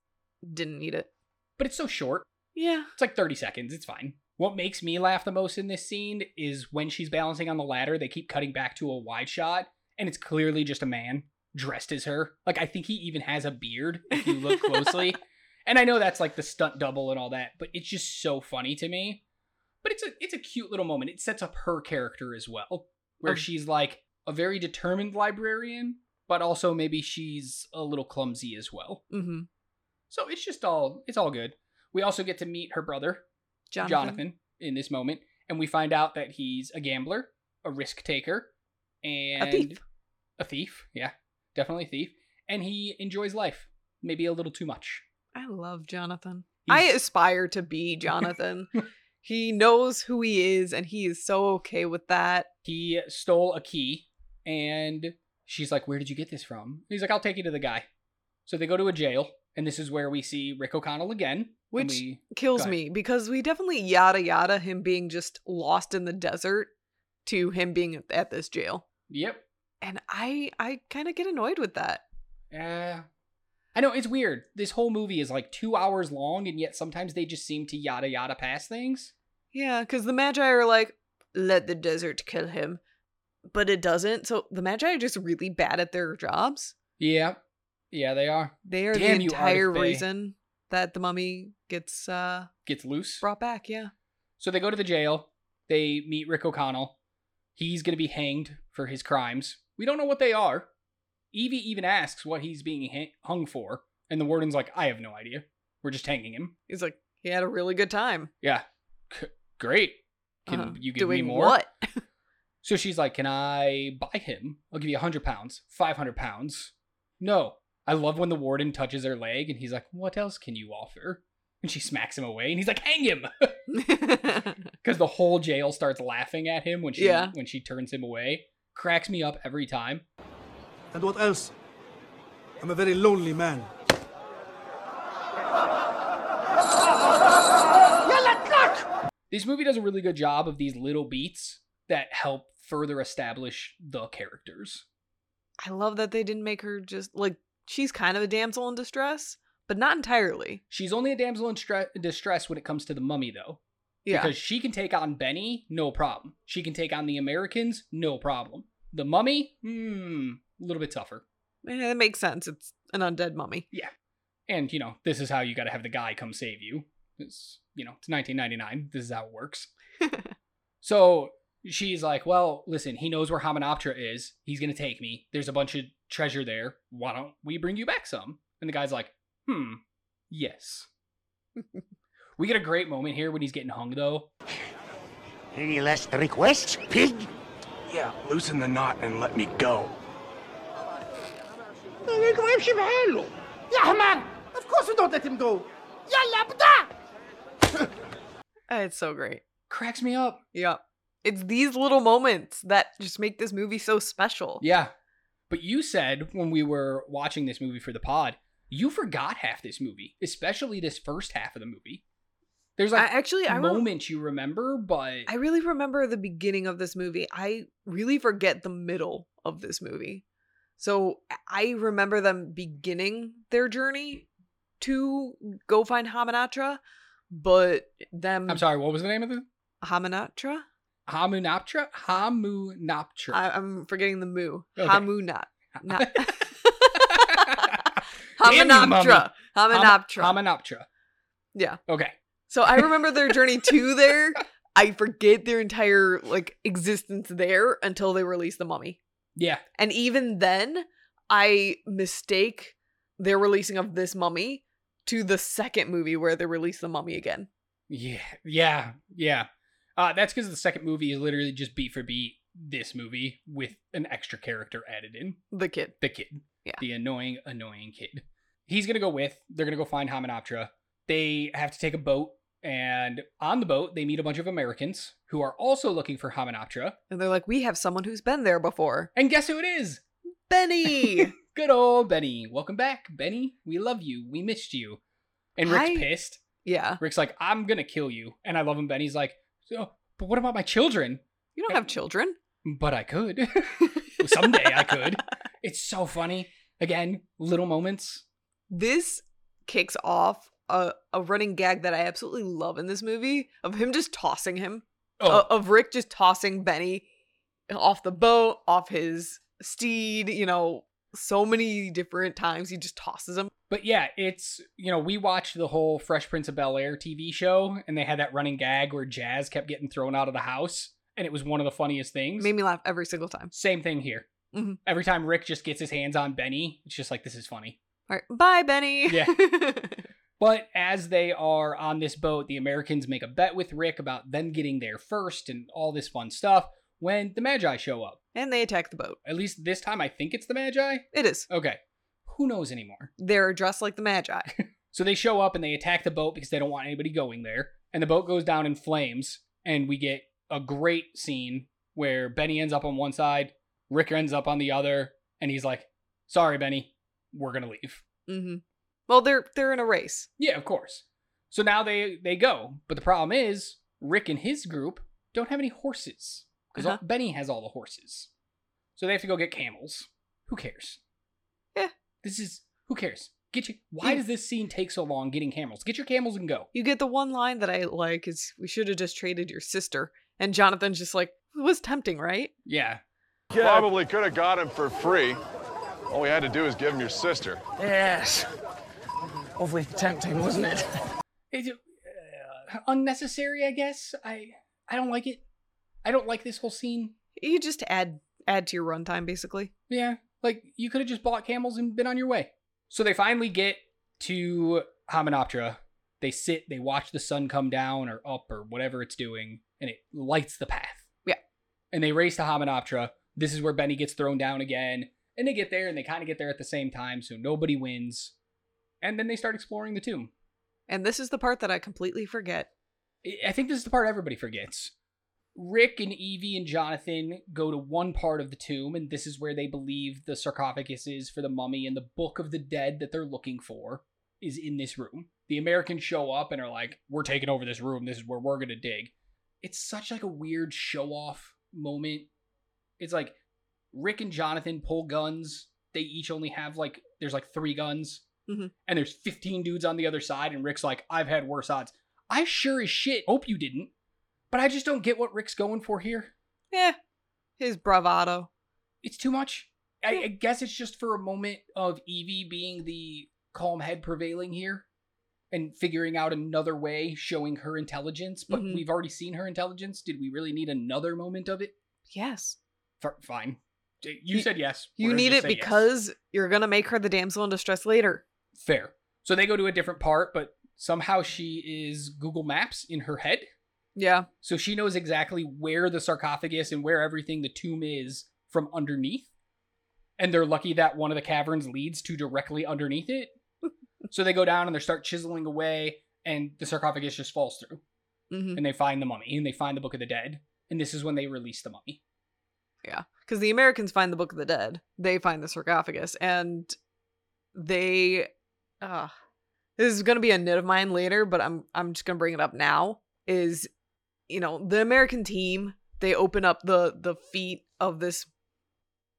Speaker 4: didn't need it.
Speaker 3: But it's so short.
Speaker 4: Yeah.
Speaker 3: It's like 30 seconds. It's fine. What makes me laugh the most in this scene is when she's balancing on the ladder, they keep cutting back to a wide shot, and it's clearly just a man dressed as her. Like, I think he even has a beard if you look closely. and I know that's like the stunt double and all that, but it's just so funny to me. But it's a it's a cute little moment. It sets up her character as well, where
Speaker 4: Um.
Speaker 3: she's like a very determined librarian, but also maybe she's a little clumsy as well.
Speaker 4: Mm-hmm.
Speaker 3: So it's just all it's all good. We also get to meet her brother,
Speaker 4: Jonathan.
Speaker 3: Jonathan. in this moment, and we find out that he's a gambler, a risk taker, and
Speaker 4: thief.
Speaker 3: A thief, yeah, definitely a thief, and he enjoys life, maybe a little too much.
Speaker 4: I love Jonathan. I
Speaker 3: He's-
Speaker 4: aspire to be Jonathan. he knows who he is and he is so okay with that.
Speaker 3: He stole a key, and she's like, "Where did you get this from?" And he's like, "I'll take you to the guy." So they go to a jail, and this is where we see Rick O'Connell again. and
Speaker 4: Which-
Speaker 3: we-
Speaker 4: kills
Speaker 3: Go ahead.
Speaker 4: me because we definitely yada yada him being just lost in the desert to him being at this jail.
Speaker 3: yep.
Speaker 4: And I I kind of get annoyed with that.
Speaker 3: Uh, I know it's weird. This whole movie is like two hours long, and yet sometimes they just seem to yada yada past things.
Speaker 4: Yeah, cuz the magi are like let the desert kill him. But it doesn't. So the magi are just really bad at their jobs.
Speaker 3: Yeah, yeah, they are.
Speaker 4: They are
Speaker 3: Damn
Speaker 4: the
Speaker 3: you,
Speaker 4: entire
Speaker 3: Artist Bay.
Speaker 4: reason that the mummy gets uh
Speaker 3: Gets loose.
Speaker 4: brought back, yeah.
Speaker 3: So they go to the jail. They meet Rick O'Connell. He's going to be hanged for his crimes. We don't know what they are. Evie even asks what he's being hang- hung for, and the warden's like, "I have no idea. We're just hanging him."
Speaker 4: He's like he had a really good time.
Speaker 3: Yeah, C- great. Can
Speaker 4: Uh,
Speaker 3: you give
Speaker 4: doing
Speaker 3: me more?
Speaker 4: What?
Speaker 3: So she's like, "Can I buy him? I'll give you a hundred pounds, five hundred pounds." No. I love when the warden touches her leg, and he's like, "What else can you offer?" And she smacks him away, and he's like, "Hang him!" because the whole jail starts laughing at him when she
Speaker 4: Yeah.
Speaker 3: when she turns him away. Cracks me up every time.
Speaker 7: And what else? I'm a very lonely man.
Speaker 3: This movie does a really good job of these little beats that help further establish the characters.
Speaker 4: I love that they didn't make her just like she's kind of a damsel in distress, but not entirely.
Speaker 3: She's only a damsel in stre- distress when it comes to the mummy, though,
Speaker 4: Yeah.
Speaker 3: because she can take on Benny, no problem. She can take on the Americans, no problem. The mummy, hmm, a little bit tougher.
Speaker 4: and that makes sense. It's an undead mummy.
Speaker 3: And you know, this is how you got to have the guy come save you. It's you know, it's 1999. This is how it works. So she's like, "Well, listen, he knows where Hamanoptera is. He's gonna take me. There's a bunch of treasure there. Why don't we bring you back some?" And the guy's like, "Hmm, yes." we get a great moment here when he's getting hung, though.
Speaker 8: Any last requests, pig?
Speaker 5: Yeah, loosen the knot and let me go.
Speaker 2: Yeah, man! Of course we don't let him go! Yalla, bda!
Speaker 4: Uh, It's so great.
Speaker 3: Cracks me up.
Speaker 4: Yeah. It's these little moments that just make this movie so special.
Speaker 3: Yeah, but you said when we were watching this movie for the pod, you forgot half this movie, especially this first half of the movie. There's
Speaker 4: I
Speaker 3: like
Speaker 4: actually I rem-
Speaker 3: moments you remember, but
Speaker 4: I really remember the beginning of this movie. I really forget the middle of this movie. So I remember them beginning their journey to go find Hamanatra, but them
Speaker 3: I'm sorry. What was the name of the
Speaker 4: Hamanatra?
Speaker 3: Hamunaptra? Hamunaptra.
Speaker 4: I, I'm forgetting the moo.
Speaker 3: Okay.
Speaker 4: Hamunat. Not.
Speaker 3: Damn you, mummy.
Speaker 4: Hamanoptera. Hamanoptera.
Speaker 3: Ham- Hamunaptra.
Speaker 4: yeah.
Speaker 3: Okay.
Speaker 4: So I remember their journey to there. I forget their entire like existence there until they release the mummy.
Speaker 3: Yeah.
Speaker 4: And even then, I mistake their releasing of this mummy to the second movie where they release the mummy again.
Speaker 3: Yeah. Yeah. Yeah. Uh, that's because the second movie is literally just beat for beat this movie with an extra character added in
Speaker 4: The kid.
Speaker 3: the kid.
Speaker 4: Yeah.
Speaker 3: The annoying, annoying kid. He's going to go with. They're going to go find Hamunaptra. They have to take a boat. And on the boat, they meet a bunch of Americans who are also looking for Hamunaptra.
Speaker 4: And they're like, we have someone who's been there before.
Speaker 3: And guess who it is?
Speaker 4: Benny.
Speaker 3: Good old Benny. Welcome back, Benny. We love you. We missed you. And Rick's
Speaker 4: I-
Speaker 3: pissed.
Speaker 4: yeah.
Speaker 3: Rick's like, I'm going to kill you. And I love him. Benny's like, so, but what about my children?
Speaker 4: You don't have children.
Speaker 3: But I could. Someday I could. It's so funny. Again, little moments.
Speaker 4: this kicks off a, a running gag that I absolutely love in this movie of him just tossing him,
Speaker 3: Oh,
Speaker 4: o- of Rick just tossing Benny off the boat, off his steed, you know, so many different times he just tosses him.
Speaker 3: but yeah, it's, you know, we watched the whole Fresh Prince of Bel Air TV show, and they had that running gag where Jazz kept getting thrown out of the house. And it was one of the funniest
Speaker 4: It
Speaker 3: things.
Speaker 4: made me laugh every single time.
Speaker 3: Same thing here.
Speaker 4: Mhm.
Speaker 3: Every time Rick just gets his hands on Benny, it's just like, this is funny.
Speaker 4: All right, bye, Benny.
Speaker 3: Yeah. But as they are on this boat, the Americans make a bet with Rick about them getting there first and all this fun stuff when the Magi show up.
Speaker 4: and they attack the boat.
Speaker 3: At least this time, I think it's the Magi.
Speaker 4: It is.
Speaker 3: Okay. Who knows anymore?
Speaker 4: They're dressed like the Magi.
Speaker 3: So they show up and they attack the boat because they don't want anybody going there. And the boat goes down in flames. And we get a great scene where Benny ends up on one side, Rick ends up on the other. And he's like, Sorry, Benny, we're going to leave.
Speaker 4: Mm-hmm. Well, they're they're in a race.
Speaker 3: Yeah, of course. So now they they go, but the problem is Rick and his group don't have any horses because
Speaker 4: Uh-huh.
Speaker 3: Benny has all the horses, so they have to go get camels. Who cares?
Speaker 4: Yeah. Hmm.
Speaker 3: This is who cares. Get you. Why
Speaker 4: Yeah.
Speaker 3: does this scene take so long getting camels? Get your camels and go.
Speaker 4: You get the one line that I like is we should have just traded your sister. And Jonathan's just like, it was tempting, right?
Speaker 3: Yeah.
Speaker 9: Probably could have got him for free. All we had to do is give him your sister.
Speaker 5: Yes. Awfully tempting, wasn't it?
Speaker 3: It's uh, unnecessary, I guess. I I don't like it. I don't like this whole scene.
Speaker 4: You just add add to your runtime basically.
Speaker 3: Yeah, like you could have just bought camels and been on your way. So they finally get to Hymenoptera. They sit, they watch the sun come down or up or whatever it's doing, and it lights the path.
Speaker 4: Yeah.
Speaker 3: And they race to Hymenoptera. This is where Benny gets thrown down again. And they get there and they kind of get there at the same time, so nobody wins. And then they start exploring the tomb.
Speaker 4: And this is the part that I completely forget.
Speaker 3: I- I think this is the part everybody forgets. Rick and Evie and Jonathan go to one part of the tomb, and this is where they believe the sarcophagus is for the mummy and the book of the dead that they're looking for is in this room. The Americans show up and are like, "We're taking over this room. This is where we're gonna dig." It's such like a weird show off moment. It's like Rick and Jonathan pull guns. They each only have like there's like three guns,
Speaker 4: Mhm.
Speaker 3: and there's 15 dudes on the other side, and Rick's like, "I've had worse odds." I sure as shit hope you didn't. But I just don't get what Rick's going for here.
Speaker 4: Yeah. Eh, His bravado.
Speaker 3: It's too much. I, I guess it's just for a moment of Evie being the calm head prevailing here and figuring out another way, showing her intelligence. But
Speaker 4: Mhm.
Speaker 3: we've already seen her intelligence. Did we really need another moment of it?
Speaker 4: Yes.
Speaker 3: F- fine. D- You
Speaker 4: You-
Speaker 3: said yes. We're
Speaker 4: You
Speaker 3: gonna
Speaker 4: need
Speaker 3: just
Speaker 4: it
Speaker 3: say yes.
Speaker 4: because you're gonna make her the damsel in distress later.
Speaker 3: Fair. So they go to a different part, but somehow she is Google Maps in her head.
Speaker 4: Yeah.
Speaker 3: So she knows exactly where the sarcophagus and where everything the tomb is from underneath. And they're lucky that one of the caverns leads to directly underneath it. so they go down and they start chiseling away, and the sarcophagus just falls through.
Speaker 4: Mm-hmm.
Speaker 3: And they find the mummy and they find the Book of the Dead. And this is when they release the mummy.
Speaker 4: Yeah. Because the Americans find the Book of the Dead. They find the sarcophagus. And they uh this is gonna be a nit of mine later, but I'm I'm just gonna bring it up now. Is you know, the American team, they open up the the feet of this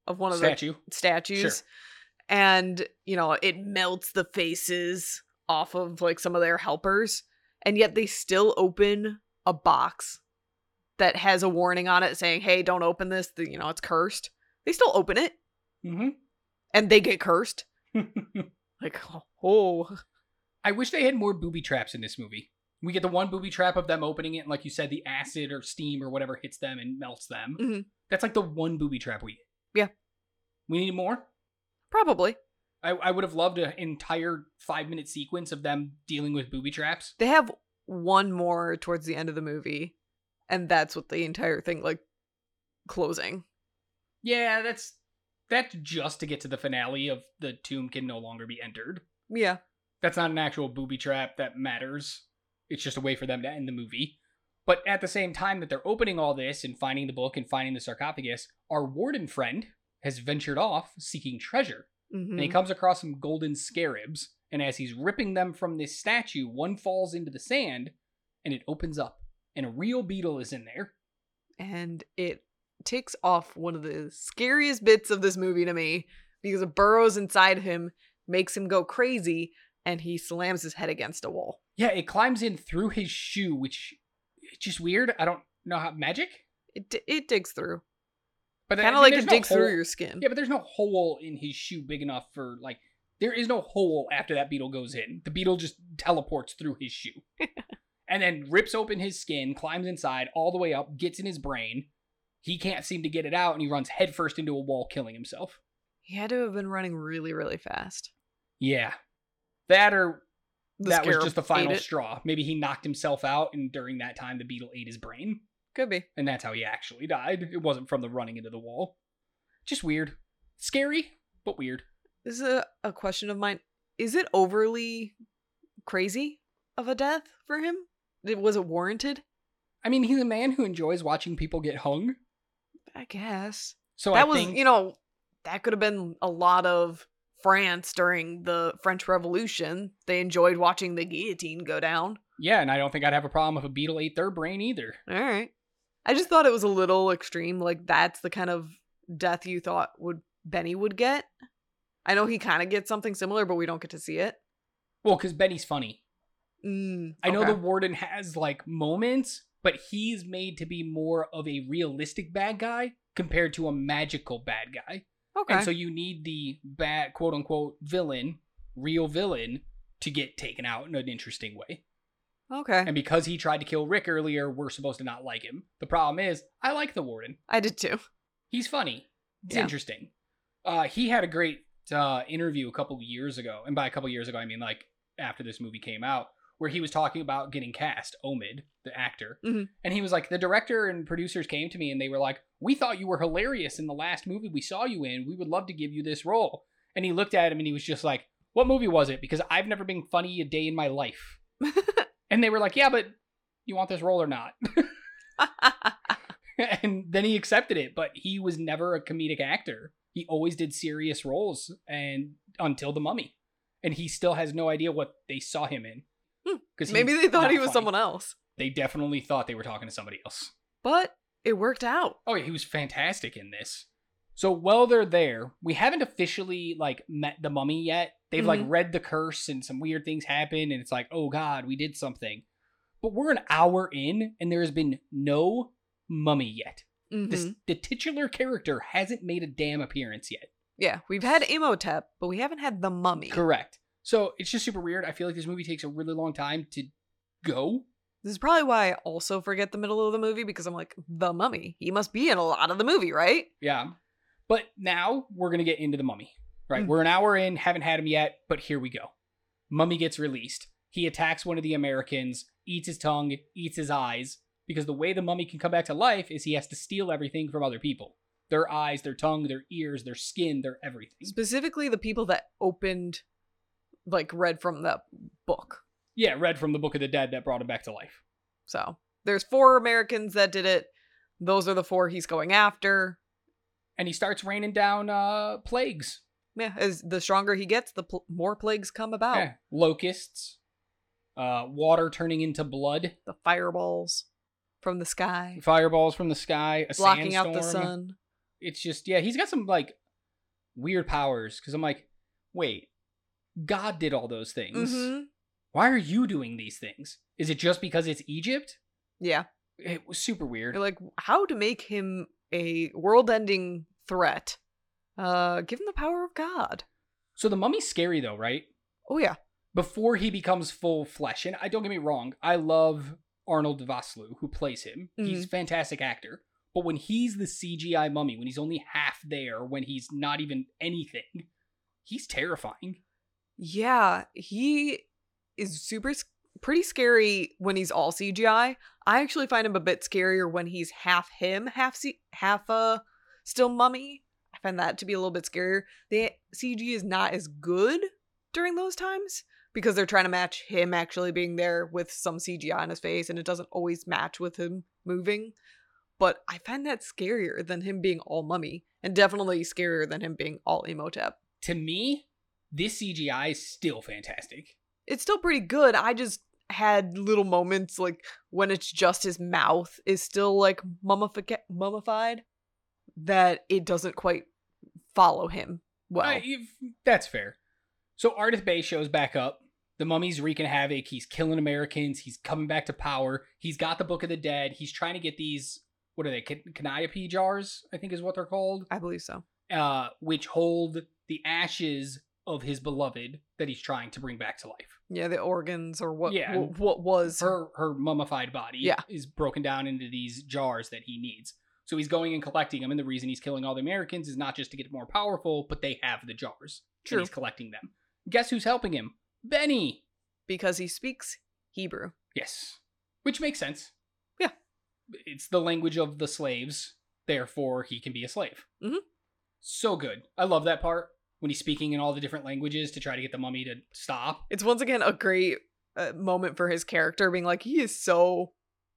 Speaker 4: of one of
Speaker 3: Statue.
Speaker 4: the statues.
Speaker 3: Sure.
Speaker 4: And, you know, it melts the faces off of like some of their helpers. And yet they still open a box that has a warning on it saying, "Hey, don't open this. The, you know, it's cursed." They still open it, and they get cursed.
Speaker 3: Mm-hmm.
Speaker 4: Like, oh,
Speaker 3: I wish they had more booby traps in this movie. We get the one booby trap of them opening it, and like you said, the acid or steam or whatever hits them and melts them.
Speaker 4: Mhm.
Speaker 3: That's like the one booby trap we get.
Speaker 4: Yeah.
Speaker 3: We need more.
Speaker 4: probably.
Speaker 3: I, I would have loved an entire five minute sequence of them dealing with booby traps.
Speaker 4: They have one more towards the end of the movie, and that's what the entire thing like closing.
Speaker 3: Yeah, that's that's just to get to the finale of the tomb can no longer be entered.
Speaker 4: Yeah,
Speaker 3: That's not an actual booby trap that matters. It's just a way for them to end the movie. But at the same time that they're opening all this and finding the book and finding the sarcophagus, our warden friend has ventured off seeking treasure.
Speaker 4: hmm
Speaker 3: and he comes across some golden scarabs. And as he's ripping them from this statue, one falls into the sand and it opens up. And a real beetle is in there.
Speaker 4: and it takes off one of the scariest bits of this movie to me because it burrows inside him, makes him go crazy, and he slams his head against a wall.
Speaker 3: Yeah, it climbs in through his shoe, which it's just weird. I don't know how magic,
Speaker 4: It d- it digs through,
Speaker 3: but I
Speaker 4: kind of
Speaker 3: mean,
Speaker 4: like
Speaker 3: there's
Speaker 4: it
Speaker 3: no
Speaker 4: digs through
Speaker 3: hole-
Speaker 4: your skin.
Speaker 3: Yeah, but there's no hole in his shoe big enough for like there is no hole after that beetle goes in. The beetle just teleports through his shoe. and then rips open his skin, climbs inside all the way up, gets in his brain. He can't seem to get it out and he runs headfirst into a wall killing himself.
Speaker 4: He had to have been running really, really fast.
Speaker 3: Yeah. That or
Speaker 4: The
Speaker 3: that was
Speaker 4: scarab
Speaker 3: just the
Speaker 4: ate
Speaker 3: final
Speaker 4: it.
Speaker 3: straw. Maybe he knocked himself out and during that time the beetle ate his brain.
Speaker 4: Could be.
Speaker 3: And that's how he actually died. It wasn't from the running into the wall. Just weird. Scary, but weird.
Speaker 4: This is a, a question of mine. Is it overly crazy of a death for him? Did- Was it warranted?
Speaker 3: I mean, he's a man who enjoys watching people get hung.
Speaker 4: I guess.
Speaker 3: So
Speaker 4: that
Speaker 3: I
Speaker 4: was,
Speaker 3: think
Speaker 4: you know, that could have been a lot of France during the French Revolution. They enjoyed watching the guillotine go down.
Speaker 3: Yeah, and I don't think I'd have a problem if a beetle ate their brain either.
Speaker 4: All right. I just thought it was a little extreme. Like that's the kind of death you thought would Benny would get. I know he kind of gets something similar, but we don't get to see it.
Speaker 3: Well, because Benny's funny.
Speaker 4: Mm,
Speaker 3: I know
Speaker 4: okay.
Speaker 3: the warden has like moments, but he's made to be more of a realistic bad guy compared to a magical bad guy.
Speaker 4: okay.
Speaker 3: And so you need the bad, quote unquote, villain, real villain, to get taken out in an interesting way.
Speaker 4: okay.
Speaker 3: And because he tried to kill Rick earlier, we're supposed to not like him. The problem is, I like the warden.
Speaker 4: I did too.
Speaker 3: He's funny. It's
Speaker 4: Yeah.
Speaker 3: interesting. Uh, he had a great uh, interview a couple years ago, and by a couple years ago, I mean like after this movie came out, where he was talking about getting cast. Omid, the actor,
Speaker 4: Mhm.
Speaker 3: and he was like, the director and producers came to me and they were like, "We thought you were hilarious in the last movie we saw you in. We would love to give you this role." And he looked at him and he was just like, "What movie was it?" Because I've never been funny a day in my life. and they were like, "Yeah, but you want this role or not?" and then he accepted it but he was never a comedic actor he always did serious roles and until the mummy and he still has no idea what they saw him in
Speaker 4: Hmm.
Speaker 3: because
Speaker 4: Maybe they thought he was someone else,
Speaker 3: they definitely thought they were talking to somebody else
Speaker 4: but it worked out.
Speaker 3: oh yeah he was fantastic in this so while they're there we haven't officially like met the mummy yet they've like
Speaker 4: Mhm.
Speaker 3: read the curse and some weird things happen and it's like oh god we did something but we're an hour in and there has been no mummy yet this,
Speaker 4: Mhm.
Speaker 3: the titular character hasn't made a damn appearance yet.
Speaker 4: Yeah, we've had Imhotep, but we haven't had the Mummy.
Speaker 3: Correct. So it's just super weird. I feel like this movie takes a really long time to go.
Speaker 4: This is probably why I also forget the middle of the movie because I'm like, the Mummy. He must be in a lot of the movie, right?
Speaker 3: Yeah. But now we're going to get into the mummy. Right? We're an hour in, haven't had him yet, but here we go. Mummy gets released. He attacks one of the Americans, eats his tongue, eats his eyes, because the way the mummy can come back to life is he has to steal everything from other people. Their eyes, their tongue, their ears, their skin, their everything.
Speaker 4: Specifically, the people that opened, like, read from the book.
Speaker 3: Yeah, read from the Book of the Dead that brought him back to life.
Speaker 4: So there's four Americans that did it. Those are the four he's going after.
Speaker 3: and he starts raining down uh plagues
Speaker 4: Yeah, as the stronger he gets, the pl- more plagues come about.
Speaker 3: Yeah. locusts uh water turning into blood
Speaker 4: The fireballs from the sky,
Speaker 3: fireballs from the sky a
Speaker 4: blocking out
Speaker 3: sandstorm.
Speaker 4: the sun.
Speaker 3: it's just yeah he's got some like weird powers because i'm like wait god did all those things
Speaker 4: hmm
Speaker 3: why are you doing these things is it just because it's egypt
Speaker 4: Yeah.
Speaker 3: it was super weird
Speaker 4: You're like, how to make him a world ending threat? Uh, give him the power of God.
Speaker 3: so the mummy's scary though right
Speaker 4: Oh, yeah.
Speaker 3: before he becomes full flesh. And I don't get me wrong, I love Arnold Vosloo who plays him. He's a fantastic actor. But when he's the CGI mummy, when he's only half there, when he's not even anything, he's terrifying.
Speaker 4: Yeah, he is super s- pretty scary when he's all CGI. I actually find him a bit scarier when he's half him, half C- half uh still mummy. I find that to be a little bit scarier. The CG is not as good during those times because they're trying to match him actually being there with some CGI on his face and it doesn't always match with him moving. But I find that scarier than him being all mummy and definitely scarier than him being all Emotep.
Speaker 3: To me, this CGI is still fantastic.
Speaker 4: it's still pretty good. I just had little moments like when it's just his mouth is still like mummifica- mummified that it doesn't quite follow him well.
Speaker 3: I- if- that's fair. So Ardith Bay shows back up. The mummy's wreaking havoc. He's killing Americans. He's coming back to power. He's got the Book of the Dead. He's trying to get these, what are they, can- Calliope jars, I think is what they're called.
Speaker 4: I believe so.
Speaker 3: uh, which hold the ashes of his beloved that he's trying to bring back to life.
Speaker 4: Yeah, the organs or what
Speaker 3: Yeah,
Speaker 4: wh- what, was
Speaker 3: Her her mummified body
Speaker 4: Yeah.
Speaker 3: is broken down into these jars that he needs. So he's going and collecting them, and the reason he's killing all the Americans is not just to get more powerful, but they have the jars.
Speaker 4: True.
Speaker 3: And he's collecting them. Guess who's helping him? Benny.
Speaker 4: because he speaks Hebrew.
Speaker 3: Yes. Which makes sense.
Speaker 4: Yeah.
Speaker 3: It's the language of the slaves, therefore he can be a slave.
Speaker 4: Mhm.
Speaker 3: So good. I love that part when he's speaking in all the different languages to try to get the mummy to stop.
Speaker 4: It's once again a great uh, moment for his character being like he is so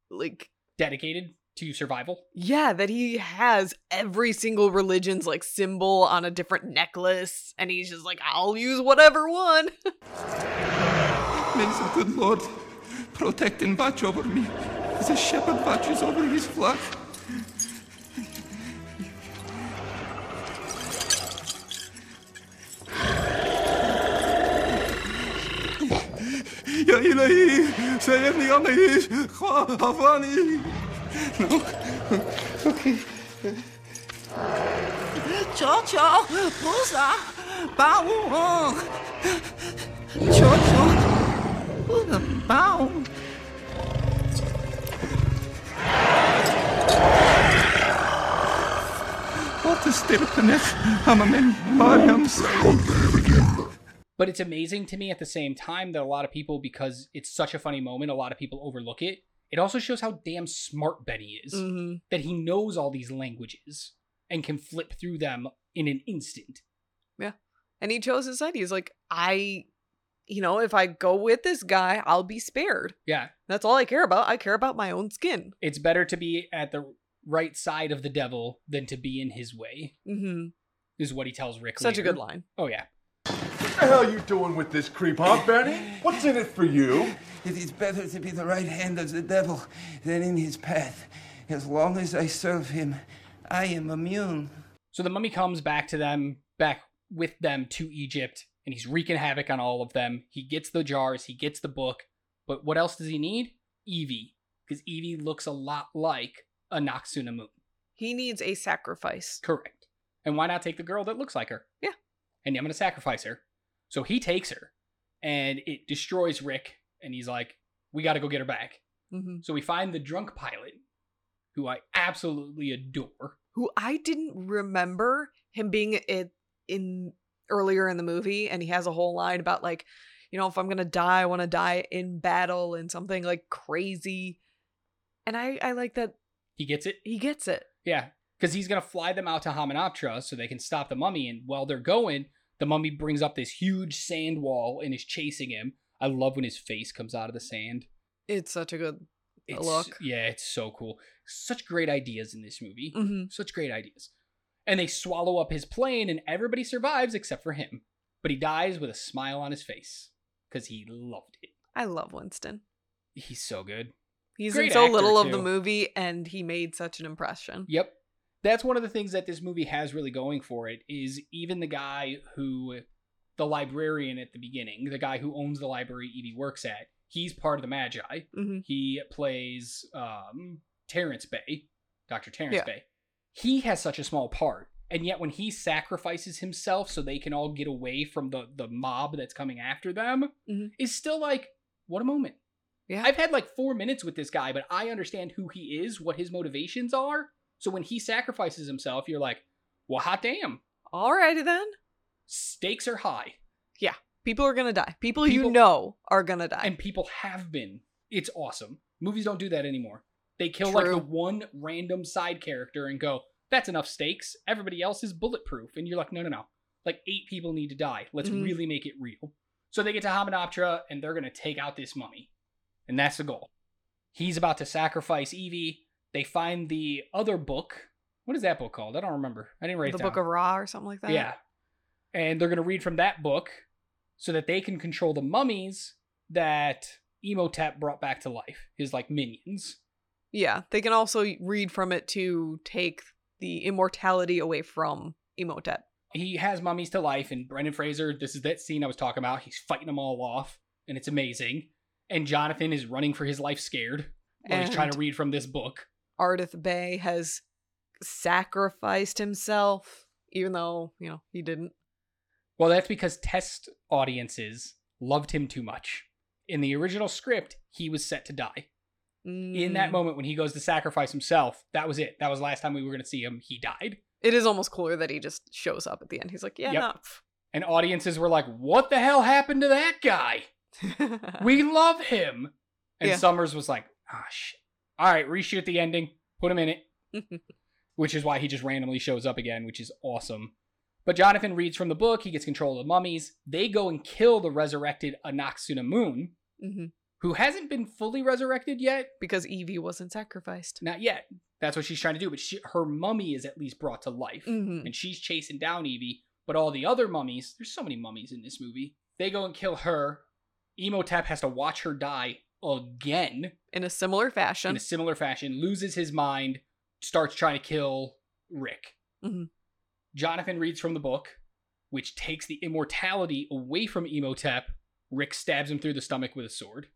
Speaker 4: like
Speaker 3: Dedicated. to survival.
Speaker 4: Yeah, that he has every single religion's like symbol on a different necklace, and he's just like, I'll use whatever one.
Speaker 10: May the good Lord protect and watch over me as a shepherd watches over his flock.
Speaker 11: يا إلهي سلمني يا إلهي حفظني No? Okay.
Speaker 12: Chocho, Pusa, Bao. Chocho, Pusa, Bao.
Speaker 10: Wat is dit net aan mijn Mariams?
Speaker 3: But it's amazing to me at the same time that a lot of people, because it's such a funny moment, a lot of people overlook it. It also shows how damn smart Benny is
Speaker 4: Mhm.
Speaker 3: that he knows all these languages and can flip through them in an instant.
Speaker 4: And he chose his side. He's like, I, you know, if I go with this guy, I'll be spared.
Speaker 3: Yeah.
Speaker 4: That's all I care about. I care about my own skin.
Speaker 3: It's better to be at the right side of the devil than to be in his way,
Speaker 4: Mm-hmm.
Speaker 3: is what he tells Rick.
Speaker 4: Such a
Speaker 3: later.
Speaker 4: good line.
Speaker 3: Oh, yeah.
Speaker 13: What the hell are you doing with this creep, huh, Benny? What's in it for you?
Speaker 5: It is better to be the right hand of the devil than in his path. As long as I serve him, I am immune.
Speaker 3: So the mummy comes back to them, back with them to Egypt, and he's wreaking havoc on all of them. He gets the jars, he gets the book, but what else does he need? Evie, because Evie looks a lot like a Noxuna Moon.
Speaker 4: He needs a sacrifice.
Speaker 3: Correct. And why not take the girl that looks like her?
Speaker 4: Yeah.
Speaker 3: And I'm going to sacrifice her. So he takes her, and it destroys Rick, and he's like, we got to go get her back.
Speaker 4: Mm-hmm.
Speaker 3: So we find the drunk pilot, who I absolutely adore.
Speaker 4: Who I didn't remember him being it in earlier in the movie, and he has a whole line about like, you know, if I'm gonna die, I want to die in battle and something like crazy. And I I like that
Speaker 3: He gets it.
Speaker 4: he gets it.
Speaker 3: Yeah, because he's gonna fly them out to Hamunaptra so they can stop the mummy. And while they're going, the mummy brings up this huge sand wall and is chasing him. I love when his face comes out of the sand.
Speaker 4: It's such a good
Speaker 3: It's,
Speaker 4: look.
Speaker 3: Yeah, it's so cool. Such great ideas in this movie.
Speaker 4: Mhm.
Speaker 3: Such great ideas. And they swallow up his plane, and everybody survives except for him. But he dies with a smile on his face because he loved it.
Speaker 4: I love Winston.
Speaker 3: He's so good.
Speaker 4: He's
Speaker 3: Great
Speaker 4: in so
Speaker 3: actor,
Speaker 4: little of the
Speaker 3: too.
Speaker 4: movie, and he made such an impression.
Speaker 3: Yep. That's one of the things that this movie has really going for it is even the guy who the librarian at the beginning, the guy who owns the library Evie works at, he's part of the Magi.
Speaker 4: Mhm.
Speaker 3: He plays um Terrence Bay, Dr. Terrence
Speaker 4: Yeah.
Speaker 3: Bay. He has such a small part. And yet when he sacrifices himself so they can all get away from the the mob that's coming after them,
Speaker 4: Mhm.
Speaker 3: is still like, what a moment.
Speaker 4: Yeah.
Speaker 3: I've had like four minutes with this guy, but I understand who he is, what his motivations are. So when he sacrifices himself, you're like, well, hot damn.
Speaker 4: Alrighty then.
Speaker 3: Stakes are high.
Speaker 4: Yeah. People are gonna die. People, you
Speaker 3: People-
Speaker 4: know are gonna die.
Speaker 3: And people have been. It's awesome. Movies don't do that anymore. They kill like
Speaker 4: True.
Speaker 3: the one random side character and go, that's enough stakes. Everybody else is bulletproof. And you're like, no, no, no. Like eight people need to die. Let's
Speaker 4: Mhm.
Speaker 3: really make it real. So they get to Hamunaptra and they're going to take out this mummy. And that's the goal. He's about to sacrifice Evie. They find the other book. What is that book called? I don't remember. I didn't write
Speaker 4: the
Speaker 3: it down.
Speaker 4: Book of Ra or something like that.
Speaker 3: Yeah. And they're going to read from that book so that they can control the mummies that Emotep brought back to life, his like minions.
Speaker 4: Yeah. They can also read from it to take the immortality away from Emotep.
Speaker 3: He has mummies to life, and Brendan Fraser, this is that scene I was talking about. He's fighting them all off, and it's amazing. And Jonathan is running for his life scared while he's trying to
Speaker 4: And-
Speaker 3: read from this book.
Speaker 4: Ardith Bay has sacrificed himself, even though, you know, he didn't.
Speaker 3: Well, that's because test audiences loved him too much. In the original script, he was set to die. In that
Speaker 4: Mm.
Speaker 3: moment when he goes to sacrifice himself, that was it. That was the last time we were going to see him. He died.
Speaker 4: It is almost cooler that he just shows up at the end. He's like, Yeah,
Speaker 3: Yep.
Speaker 4: no,
Speaker 3: And audiences were like, what the hell happened to that guy? we love him. And
Speaker 4: Yeah.
Speaker 3: Summers was like, ah, shit. All right, reshoot the ending, put him in it, which is why he just randomly shows up again, which is awesome. But Jonathan reads from the book, he gets control of the mummies. They go and kill the resurrected Anaxuna Moon,
Speaker 4: hmm
Speaker 3: who hasn't been fully resurrected yet
Speaker 4: because Evie wasn't sacrificed.
Speaker 3: Not yet. That's what she's trying to do, but she, her mummy is at least brought to life,
Speaker 4: Mhm.
Speaker 3: and she's chasing down Evie. But all the other mummies, there's so many mummies in this movie. They go and kill her. Emotep has to watch her die again
Speaker 4: in a similar fashion.
Speaker 3: In a similar fashion, loses his mind, starts trying to kill Rick.
Speaker 4: Mhm.
Speaker 3: Jonathan reads from the book, which takes the immortality away from Emotep. Rick stabs him through the stomach with a sword.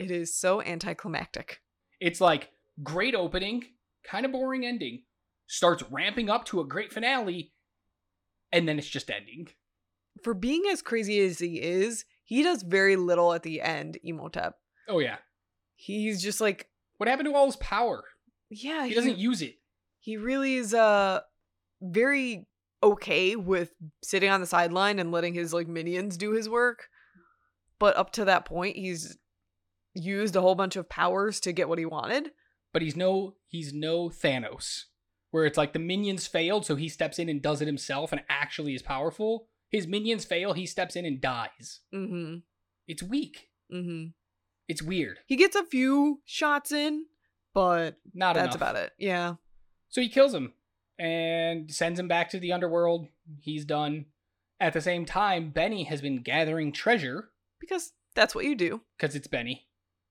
Speaker 4: It is so anticlimactic.
Speaker 3: It's like great opening, kind of boring ending, starts ramping up to a great finale, and then it's just ending.
Speaker 4: For being as crazy as he is, he does very little at the end, Emotep.
Speaker 3: Oh yeah.
Speaker 4: He's just like
Speaker 3: What happened to all his power?
Speaker 4: Yeah,
Speaker 3: He doesn't use it.
Speaker 4: He really is uh very okay with sitting on the sideline and letting his like minions do his work. But up to that point, he's used a whole bunch of powers to get what he wanted.
Speaker 3: But he's no he's no Thanos. Where it's like the minions failed, so he steps in and does it himself and actually is powerful. His minions fail, he steps in and dies.
Speaker 4: Mm-hmm.
Speaker 3: It's weak.
Speaker 4: Mm-hmm.
Speaker 3: It's weird.
Speaker 4: He gets a few shots in, but
Speaker 3: Not
Speaker 4: that's
Speaker 3: enough.
Speaker 4: about it. Yeah.
Speaker 3: So he kills him and sends him back to the underworld. He's done. At the same time, Benny has been gathering treasure
Speaker 4: Because that's what you do.
Speaker 3: because it's Benny.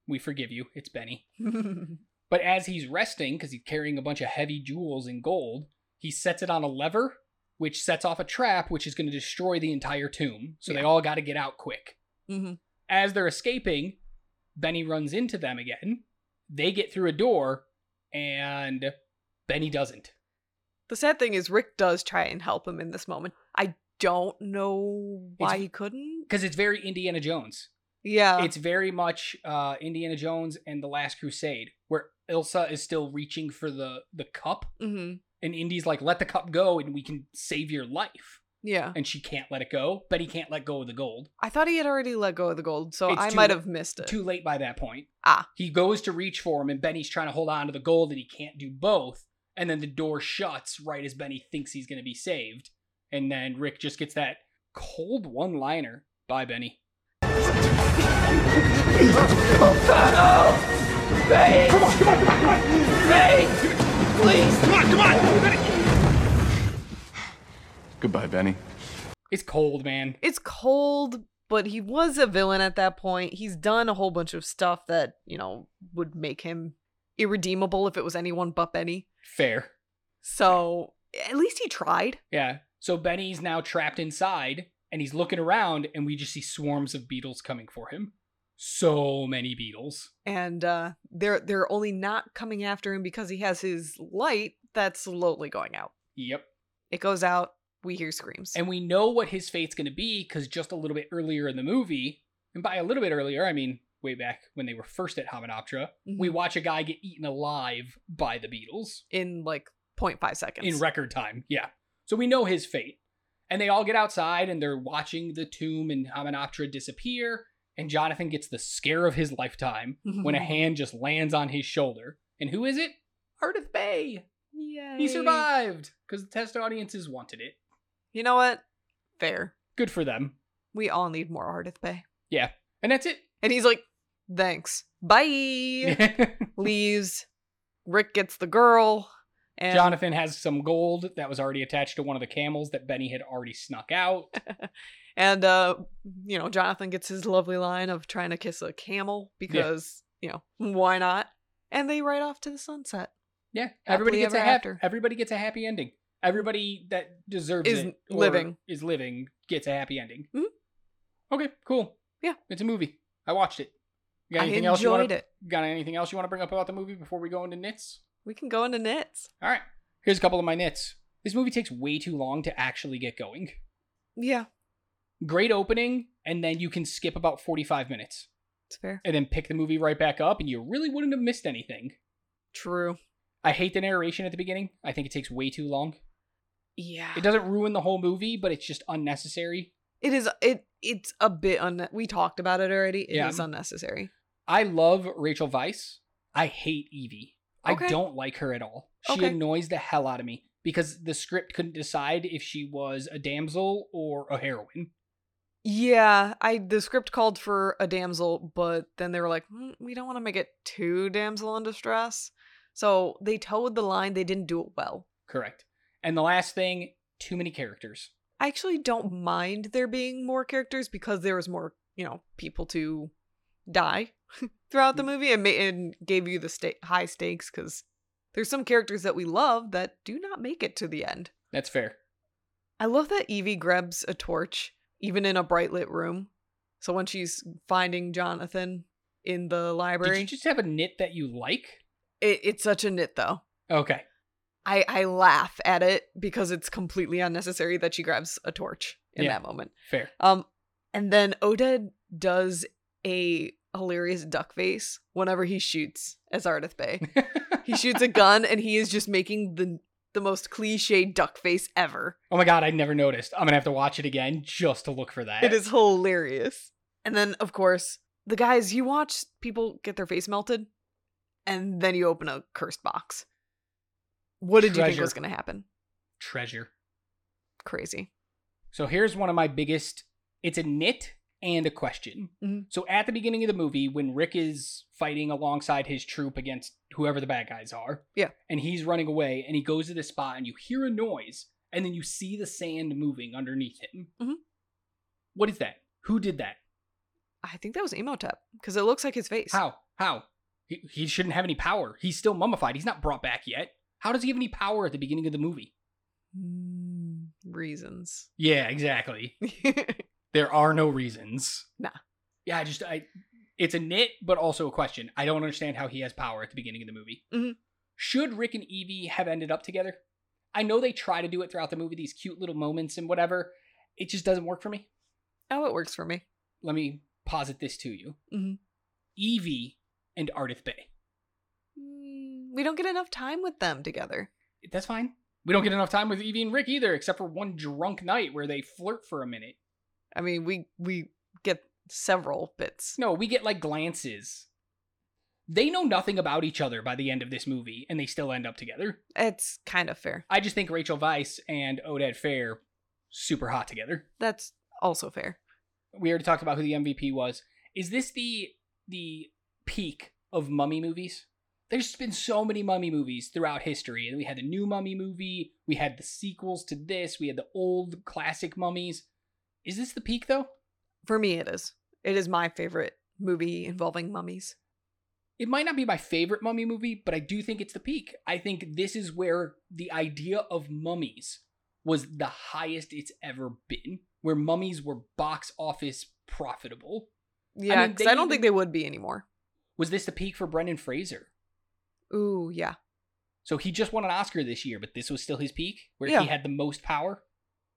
Speaker 3: We forgive you. It's Benny. But as he's resting, because he's carrying a bunch of heavy jewels and gold, he sets it on a lever, which sets off a trap, which is going to destroy the entire tomb. So they all got to get out quick.
Speaker 4: mm-hmm.
Speaker 3: As they're escaping, Benny runs into them again. They get through a door, and Benny doesn't.
Speaker 4: The sad thing is, Rick does try and help him in this moment. I don't know why
Speaker 3: It's-
Speaker 4: he couldn't.
Speaker 3: Because it's very Indiana Jones.
Speaker 4: Yeah.
Speaker 3: It's very much uh, Indiana Jones and The Last Crusade, where Ilsa is still reaching for the, the cup,
Speaker 4: hmm
Speaker 3: and Indy's like, let the cup go, and we can save your life.
Speaker 4: Yeah.
Speaker 3: and she can't let it go. Betty can't let go of the gold.
Speaker 4: I thought he had already let go of the gold, so
Speaker 3: It's
Speaker 4: I
Speaker 3: too-
Speaker 4: might have missed it.
Speaker 3: Too late by that point.
Speaker 4: Ah.
Speaker 3: He goes to reach for him, and Benny's trying to hold on to the gold, and he can't do both. And then the door shuts right as Benny thinks he's going to be saved. And then Rick just gets that cold one liner. Bye, Benny.
Speaker 12: Ray! Come on, come on, come on! Ray! Please! Come on, come on!
Speaker 10: Goodbye, Benny.
Speaker 3: It's cold, man.
Speaker 4: It's cold, but he was a villain at that point. He's done a whole bunch of stuff that, you know, would make him irredeemable if it was anyone but Benny.
Speaker 3: Fair.
Speaker 4: So at least he tried.
Speaker 3: Yeah. So Benny's now trapped inside, and he's looking around, and we just see swarms of beetles coming for him. So many beetles.
Speaker 4: And uh they're they're only not coming after him because he has his light that's slowly going out.
Speaker 3: Yep.
Speaker 4: It goes out, we hear screams.
Speaker 3: And we know what his fate's going to be because just a little bit earlier in the movie, and by a little bit earlier, I mean way back when they were first at Hamanoptera, we
Speaker 4: Mhm.
Speaker 3: watch a guy get eaten alive by the Beatles
Speaker 4: in like 0.5 seconds.
Speaker 3: in record time. Yeah. So we know his fate. And they all get outside and they're watching the tomb and Hamanoptera disappear. And Jonathan gets the scare of his lifetime when a hand just lands on his shoulder. And who is it? Ardith Bay. He
Speaker 4: Yay.
Speaker 3: survived because the test audiences wanted it.
Speaker 4: You know what? Fair.
Speaker 3: Good for them.
Speaker 4: We all need more Ardith Bay.
Speaker 3: Yeah. And that's it.
Speaker 4: And he's like, thanks. Bye. Leaves. Rick gets the girl. And
Speaker 3: Jonathan has some gold that was already attached to one of the camels that Benny had already snuck out.
Speaker 4: And uh, you know, Jonathan gets his lovely line of trying to kiss a camel because, you know, why not? And they ride off to the sunset.
Speaker 3: Yeah. Everybody
Speaker 4: Happily
Speaker 3: gets a
Speaker 4: ever
Speaker 3: happy.
Speaker 4: after.
Speaker 3: Everybody gets a happy ending. Everybody that deserves
Speaker 4: Is
Speaker 3: it or
Speaker 4: living.
Speaker 3: is living gets a happy ending.
Speaker 4: Mhm.
Speaker 3: Okay, cool.
Speaker 4: Yeah.
Speaker 3: it's a movie. I watched it. You
Speaker 4: I
Speaker 3: else you
Speaker 4: enjoyed
Speaker 3: wanna,
Speaker 4: it.
Speaker 3: Got anything else you want to bring up about the movie before we go into nits?
Speaker 4: We can go into knits.
Speaker 3: All right. Here's a couple of my nits. This movie takes way too long to actually get going.
Speaker 4: Yeah,
Speaker 3: Great opening, and then you can skip about 45 minutes.
Speaker 4: it's fair.
Speaker 3: and then pick the movie right back up, and you really wouldn't have missed anything.
Speaker 4: True.
Speaker 3: I hate the narration at the beginning. I think it takes way too long.
Speaker 4: Yeah.
Speaker 3: It doesn't ruin the whole movie, but it's just unnecessary.
Speaker 4: It is it it's a bit un we talked about it already. It is
Speaker 3: Yeah.
Speaker 4: unnecessary.
Speaker 3: I love Rachel Weiss. I hate Evie.
Speaker 4: Okay.
Speaker 3: I don't like her at all. She
Speaker 4: Okay.
Speaker 3: annoys the hell out of me because the script couldn't decide if she was a damsel or a heroine.
Speaker 4: Yeah, I the script called for a damsel, but then they were like, "Mm, we don't want to make it too damsel in distress. So they towed the line. They didn't do it well.
Speaker 3: Correct. And the last thing, too many characters.
Speaker 4: I actually don't mind there being more characters because there was more, you know, people to die throughout the movie and, ma- and gave you the sta- high stakes because there's some characters that we love that do not make it to the end.
Speaker 3: That's fair.
Speaker 4: I love that Evie grabs a torch, even in a bright lit room. So when she's finding Jonathan in the library,
Speaker 3: Did you just have a knit that you like?
Speaker 4: it, it's such a nit though.
Speaker 3: Okay.
Speaker 4: I, I laugh at it because it's completely unnecessary that she grabs a torch in
Speaker 3: Yeah.
Speaker 4: that moment.
Speaker 3: Fair.
Speaker 4: Um, and then Oda does a hilarious duck face whenever he shoots as Ardeth Bay.
Speaker 3: Oh
Speaker 4: he shoots a gun and he is just making the the most cliche duck face ever.
Speaker 3: Oh my god, I never noticed. I'm gonna have to watch it again just to look for that.
Speaker 4: It is hilarious. And then of course the guys you watch people get their face melted, and then you open a cursed box. What did you think
Speaker 3: Treasure.
Speaker 4: was going to happen?
Speaker 3: treasure.
Speaker 4: Crazy.
Speaker 3: So here's one of my biggest. It's a nit and a question.
Speaker 4: Mhm.
Speaker 3: So at the beginning of the movie, when Rick is fighting alongside his troop against whoever the bad guys are,
Speaker 4: Yeah.
Speaker 3: and he's running away, and he goes to this spot, and you hear a noise, and then you see the sand moving underneath him.
Speaker 4: Mhm.
Speaker 3: What is that? Who did that?
Speaker 4: I think that was Emotep because it looks like his face.
Speaker 3: How? How? He, he shouldn't have any power. He's still mummified. He's not brought back yet. How does he have any power at the beginning of the movie?
Speaker 4: Mm, reasons.
Speaker 3: Yeah, exactly. there are no reasons.
Speaker 4: Nah.
Speaker 3: Yeah, I just I it's a nit but also a question. I don't understand how he has power at the beginning of the movie.
Speaker 4: Mhm.
Speaker 3: Should Rick and Evie have ended up together? I know they try to do it throughout the movie, these cute little moments and whatever. It just doesn't work for me.
Speaker 4: Oh, it works for me.
Speaker 3: Let me posit this to you.
Speaker 4: Mhm.
Speaker 3: Evie and Ardith Bay.
Speaker 4: Mm, We don't get enough time with them together.
Speaker 3: That's fine. We don't get enough time with Evie and Rick either, except for one drunk night where they flirt for a minute.
Speaker 4: I mean, we we get several bits.
Speaker 3: No, we get like glances. They know nothing about each other by the end of this movie, and they still end up together.
Speaker 4: It's kind of fair.
Speaker 3: I just think Rachel Weisz and Odette Fair super hot together.
Speaker 4: That's also fair.
Speaker 3: We already talked about who the MVP was. Is this the the peak of mummy movies? There's been so many mummy movies throughout history, and we had the new mummy movie, we had the sequels to this, we had the old classic mummies. Is this the peak though?
Speaker 4: For me it is. It is my favorite movie involving mummies.
Speaker 3: it might not be my favorite mummy movie, but I do think it's the peak. I think this is where the idea of mummies was the highest it's ever been, where mummies were box office profitable.
Speaker 4: Yeah,
Speaker 3: mean,
Speaker 4: 'cause
Speaker 3: they
Speaker 4: I don't
Speaker 3: even-
Speaker 4: think they would be anymore.
Speaker 3: Was this the peak for Brendan Fraser?
Speaker 4: Ooh, yeah.
Speaker 3: So he just won an Oscar this year, but this was still his peak, where
Speaker 4: Yeah.
Speaker 3: he had the most power.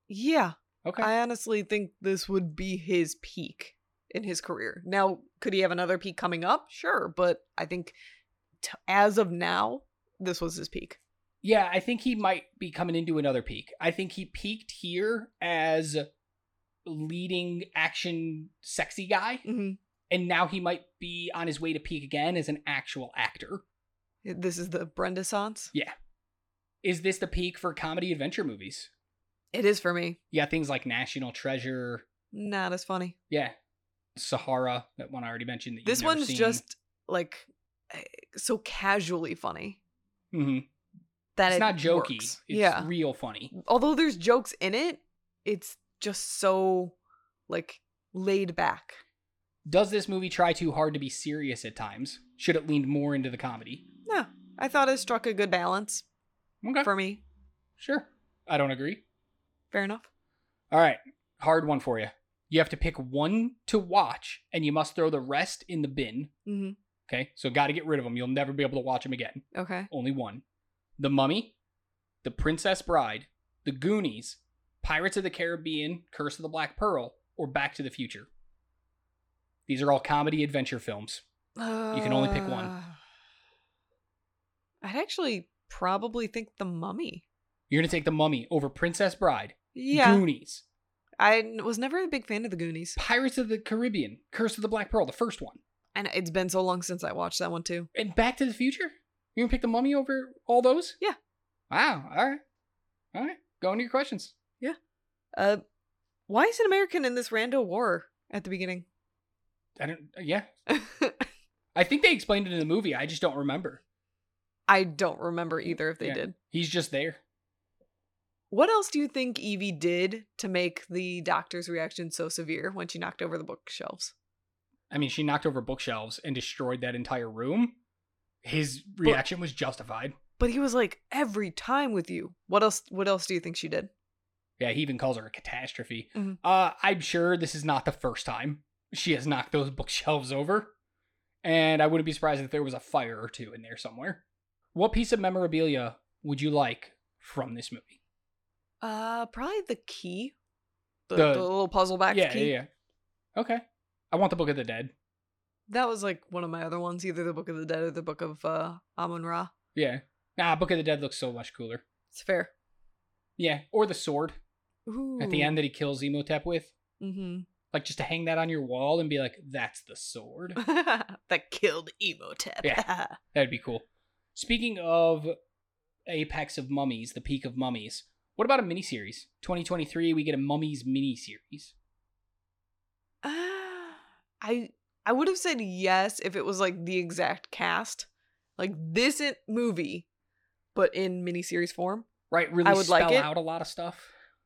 Speaker 4: Yeah.
Speaker 3: Okay.
Speaker 4: I honestly think this would be his peak in his career. Now, could he have another peak coming up? Sure, but I think t- as of now, this was his peak.
Speaker 3: Yeah, I think he might be coming into another peak. I think he peaked here as leading action sexy guy,
Speaker 4: Mhm.
Speaker 3: and now he might be on his way to peak again as an actual actor.
Speaker 4: This is the Brendaissance.
Speaker 3: Yeah. Is this the peak for comedy adventure movies?
Speaker 4: It is for me.
Speaker 3: Yeah, things like National Treasure.
Speaker 4: Not as funny.
Speaker 3: Yeah. Sahara, that one I already mentioned. That you've
Speaker 4: This
Speaker 3: never
Speaker 4: one's
Speaker 3: seen.
Speaker 4: just like eh, so casually funny
Speaker 3: Mhm.
Speaker 4: that
Speaker 3: It's
Speaker 4: it
Speaker 3: not jokey.
Speaker 4: works.
Speaker 3: It's
Speaker 4: yeah.
Speaker 3: real funny.
Speaker 4: Although there's jokes in it, it's just so like laid back.
Speaker 3: Does this movie try too hard to be serious at times? Should it lean more into the comedy?
Speaker 4: No, I thought it struck a good balance
Speaker 3: Okay.
Speaker 4: for me.
Speaker 3: Sure. I don't agree.
Speaker 4: Fair enough.
Speaker 3: All right. Hard one for you. You have to pick one to watch and you must throw the rest in the bin.
Speaker 4: hmm
Speaker 3: Okay. So, got to get rid of them. You'll never be able to watch them again.
Speaker 4: Okay.
Speaker 3: Only one. The Mummy, The Princess Bride, The Goonies, Pirates of the Caribbean, Curse of the Black Pearl, or Back to the Future. These are all comedy adventure films. You can only pick one.
Speaker 4: Uh, I'd actually probably think the mummy.
Speaker 3: You're going to take The Mummy over Princess Bride,
Speaker 4: Yeah.
Speaker 3: Goonies,
Speaker 4: I n- was never a big fan of the Goonies.
Speaker 3: Pirates of the Caribbean, Curse of the Black Pearl, the first one,
Speaker 4: And it's been so long since I watched that one too.
Speaker 3: and Back to the Future? You're going to pick The Mummy over all those?
Speaker 4: Yeah.
Speaker 3: Wow. All right. All right. Go into your questions.
Speaker 4: Yeah. Uh Why is an American in this rando war at the beginning?
Speaker 3: I don't. Yeah. I think they explained it in the movie. I just don't remember.
Speaker 4: I don't remember either if they
Speaker 3: Yeah.
Speaker 4: did.
Speaker 3: He's just there.
Speaker 4: What else do you think Evie did to make the doctor's reaction so severe when she knocked over the bookshelves?
Speaker 3: I mean, she knocked over bookshelves and destroyed that entire room. His reaction was justified.
Speaker 4: But he was like every time with you. What else what else do you think she did?
Speaker 3: Yeah, he even calls her a catastrophe.
Speaker 4: Mhm.
Speaker 3: Uh, I'm sure this is not the first time she has knocked those bookshelves over, and I wouldn't be surprised if there was a fire or two in there somewhere. What piece of memorabilia would you like from this movie?
Speaker 4: Uh probably the key. The,
Speaker 3: The-
Speaker 4: the, little puzzle box
Speaker 3: yeah,
Speaker 4: key.
Speaker 3: yeah, yeah. Okay. I want the Book of the Dead.
Speaker 4: That was like one of my other ones, either the Book of the Dead or the Book of uh Amun Ra.
Speaker 3: Yeah. Nah, Book of the Dead looks so much cooler.
Speaker 4: It's fair.
Speaker 3: Yeah, or the sword
Speaker 4: Ooh.
Speaker 3: at the end that he kills Emotep with.
Speaker 4: Mm-hmm.
Speaker 3: Like just to hang that on your wall and be like, "That's the sword."
Speaker 4: that killed Emotep.
Speaker 3: Yeah. That'd be cool. Speaking of Apex of Mummies, the peak of mummies, what about a miniseries? 2023, we get a Mummies miniseries.
Speaker 4: I I would have said yes if it was like the exact cast, like this in- movie, but in miniseries form.
Speaker 3: Right, really
Speaker 4: I would
Speaker 3: spell
Speaker 4: like it,
Speaker 3: out a lot of stuff.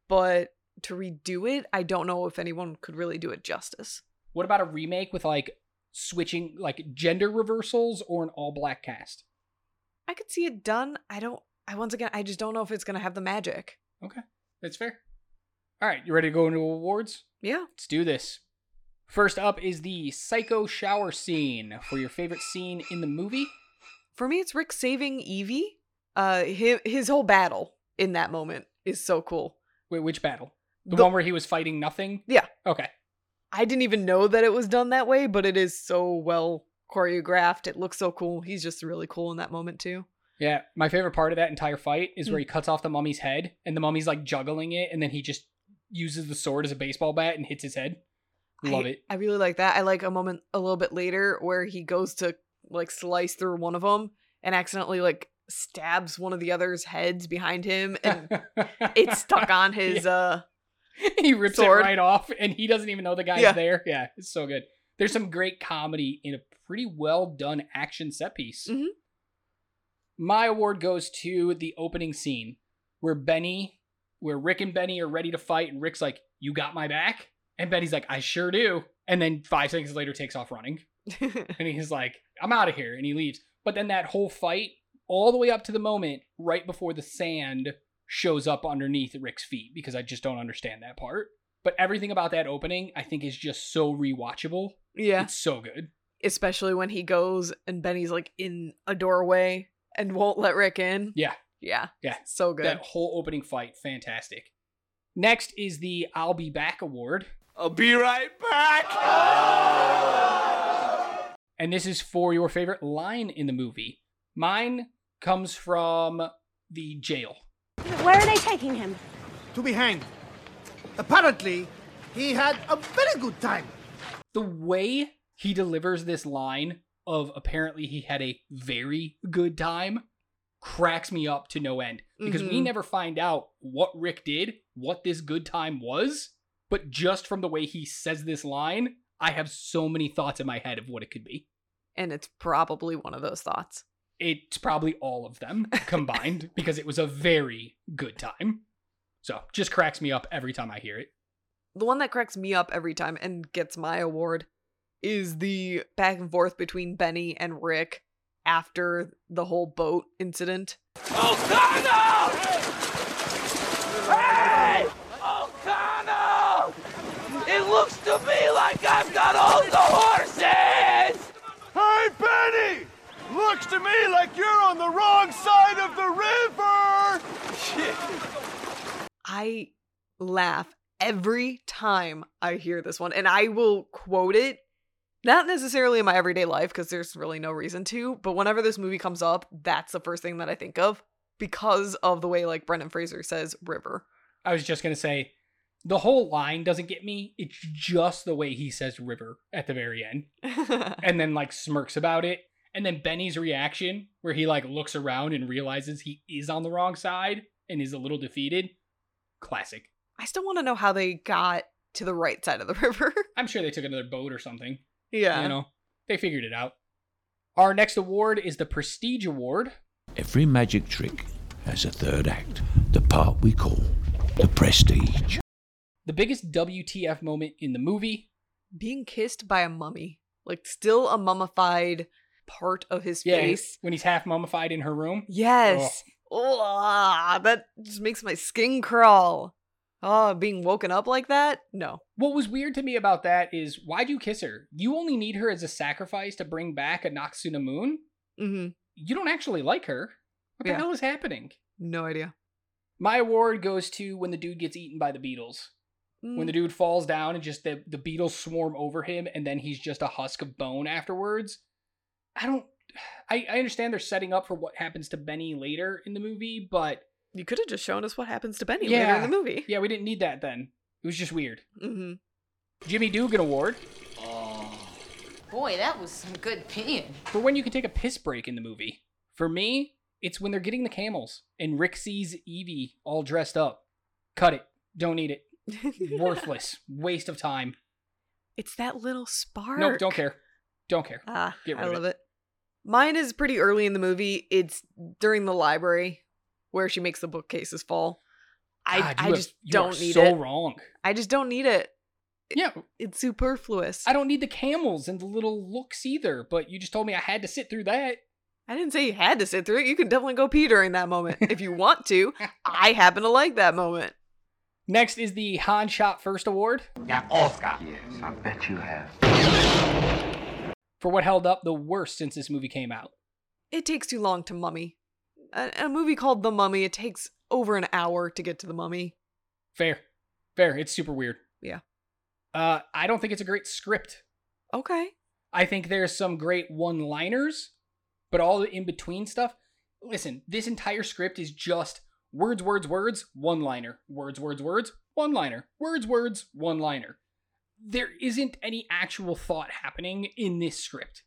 Speaker 4: but to redo it, I don't know if anyone could really do it justice.
Speaker 3: What about a remake with like switching, like gender reversals or an all black cast?
Speaker 4: I could see it done. I don't. I once again, I just don't know if it's gonna have the magic.
Speaker 3: Okay, that's fair. All right, you ready to go into awards?
Speaker 4: Yeah.
Speaker 3: Let's do this. First up is the psycho shower scene for your favorite scene in the movie.
Speaker 4: For me, it's Rick saving Evie. Uh, his, his whole battle in that moment is so cool.
Speaker 3: Wait, which battle? The,
Speaker 4: The-
Speaker 3: one where he was fighting nothing?
Speaker 4: Yeah.
Speaker 3: Okay.
Speaker 4: I didn't even know that it was done that way, but it is so well choreographed. It looks so cool. He's just really cool in that moment too.
Speaker 3: Yeah, my favorite part of that entire fight is where he cuts off the mummy's head and the mummy's like juggling it and then he just uses the sword as a baseball bat and hits his head. Love
Speaker 4: I,
Speaker 3: it.
Speaker 4: I really like that. I like a moment a little bit later where he goes to like slice through one of them and accidentally like stabs one of the other's heads behind him and it's stuck on his uh
Speaker 3: he rips
Speaker 4: sword.
Speaker 3: it right off and he doesn't even know the guy's
Speaker 4: Yeah.
Speaker 3: there. Yeah, it's so good. There's some great comedy in a pretty well done action set piece.
Speaker 4: Mhm.
Speaker 3: My award goes to the opening scene where Benny, where Rick and Benny are ready to fight, and Rick's like, You got my back? And Benny's like, I sure do. And then five seconds later takes off running. and he's like, I'm out of here. And he leaves. But then that whole fight, all the way up to the moment, right before the sand shows up underneath Rick's feet, because I just don't understand that part. But everything about that opening, I think, is just so rewatchable.
Speaker 4: yeah,
Speaker 3: It's so good.
Speaker 4: especially when he goes and Benny's like in a doorway and won't let Rick in.
Speaker 3: Yeah.
Speaker 4: Yeah.
Speaker 3: Yeah.
Speaker 4: So good.
Speaker 3: That whole opening fight, fantastic. Next is the I'll Be Back award.
Speaker 12: I'll be right back.
Speaker 3: And this is for your favorite line in the movie. Mine comes from the jail.
Speaker 2: Where are they taking him? To be hanged. Apparently, he had a very good time.
Speaker 3: the way he delivers this line of apparently he had a very good time cracks me up to no end because we
Speaker 4: Mhm.
Speaker 3: never find out what Rick did, what this good time was, but just from the way he says this line, I have so many thoughts in my head of what it could be.
Speaker 4: and it's probably one of those thoughts.
Speaker 3: It's probably all of them combined because it was a very good time. So, just cracks me up every time I hear it.
Speaker 4: The one that cracks me up every time and gets my award is the back and forth between Benny and Rick after the whole boat incident.
Speaker 12: Hey! O'Connell! It looks to me like I've got all the horses!
Speaker 13: Hey, Benny! Looks to me like you're on the wrong side of the river!
Speaker 4: I laugh every time I hear this one, and I will quote it. Not necessarily in my everyday life because there's really no reason to, but whenever this movie comes up, that's the first thing that I think of because of the way like Brendan Fraser says river.
Speaker 3: I was just gonna say the whole line doesn't get me. It's just the way he says river at the very end. and then like smirks about it. And then Benny's reaction, where he like looks around and realizes he is on the wrong side and is a little defeated. Classic.
Speaker 4: I still want to know how they got to the right side of the river.
Speaker 3: I'm sure they took another boat or something.
Speaker 4: Yeah.
Speaker 3: You know, they figured it out. Our next award is the Prestige Award.
Speaker 14: Every magic trick has a third act, the part we call the prestige.
Speaker 3: The biggest WTF moment in the movie.
Speaker 4: Being kissed by a mummy. Like still a mummified part of his
Speaker 3: Yeah,
Speaker 4: face.
Speaker 3: when he's half mummified in her room.
Speaker 4: Yes. Oh. Ugh, that just makes my skin crawl. Oh, being woken up like that? No.
Speaker 3: What was weird to me about that is why'd you kiss her? You only need her as a sacrifice to bring back a Noxuna Moon.
Speaker 4: Mm-hmm.
Speaker 3: You don't actually like her. What the
Speaker 4: Yeah.
Speaker 3: hell is happening?
Speaker 4: No idea.
Speaker 3: My award goes to when the dude gets eaten by the beetles.
Speaker 4: Mm.
Speaker 3: When the dude falls down and just the, the beetles swarm over him and then he's just a husk of bone afterwards. I don't I, I understand they're setting up for what happens to Benny later in the movie, but
Speaker 4: You could have just shown us what happens to Benny later in the movie.
Speaker 3: Yeah, we didn't need that then. It was just weird.
Speaker 4: Mm-hmm.
Speaker 3: Jimmy Dugan Award
Speaker 15: Boy, that was some good peeing.
Speaker 3: for when you can take a piss break in the movie. For me, it's when they're getting the camels and Rick sees Evie all dressed up. Cut it. Don't need it. Worthless. Waste of time.
Speaker 4: It's that little spark.
Speaker 3: Nope, don't care. Don't care.
Speaker 4: Ah,
Speaker 3: Get rid
Speaker 4: I
Speaker 3: of
Speaker 4: love it. Mine is pretty early in the movie. It's during the library where she makes the bookcases fall. I
Speaker 3: God, you
Speaker 4: I
Speaker 3: have-
Speaker 4: just
Speaker 3: you are
Speaker 4: don't need
Speaker 3: so
Speaker 4: it.
Speaker 3: wrong.
Speaker 4: I just don't need it.
Speaker 3: Yeah,
Speaker 4: it's superfluous.
Speaker 3: I don't need the camels and the little looks either, but you just told me I had to sit through that.
Speaker 4: I didn't say you had to sit through it. You can definitely go pee during that moment if you want to. I happen to like that moment.
Speaker 3: Next is the Han Shot First Award. Yeah, Oscar.
Speaker 16: Yes, I bet you have.
Speaker 3: For what held up the worst since this movie came out.
Speaker 4: It takes too long to mummy. A, a movie called The Mummy, it takes over an hour to get to the mummy.
Speaker 3: Fair. Fair. It's super weird.
Speaker 4: Yeah.
Speaker 3: Uh, I don't think it's a great script.
Speaker 4: Okay.
Speaker 3: I think there's some great one liners, but all the in between stuff. Listen, this entire script is just words, words, words, one liner. Words, words, words, one liner. Words, words, one liner. There isn't any actual thought happening in this script.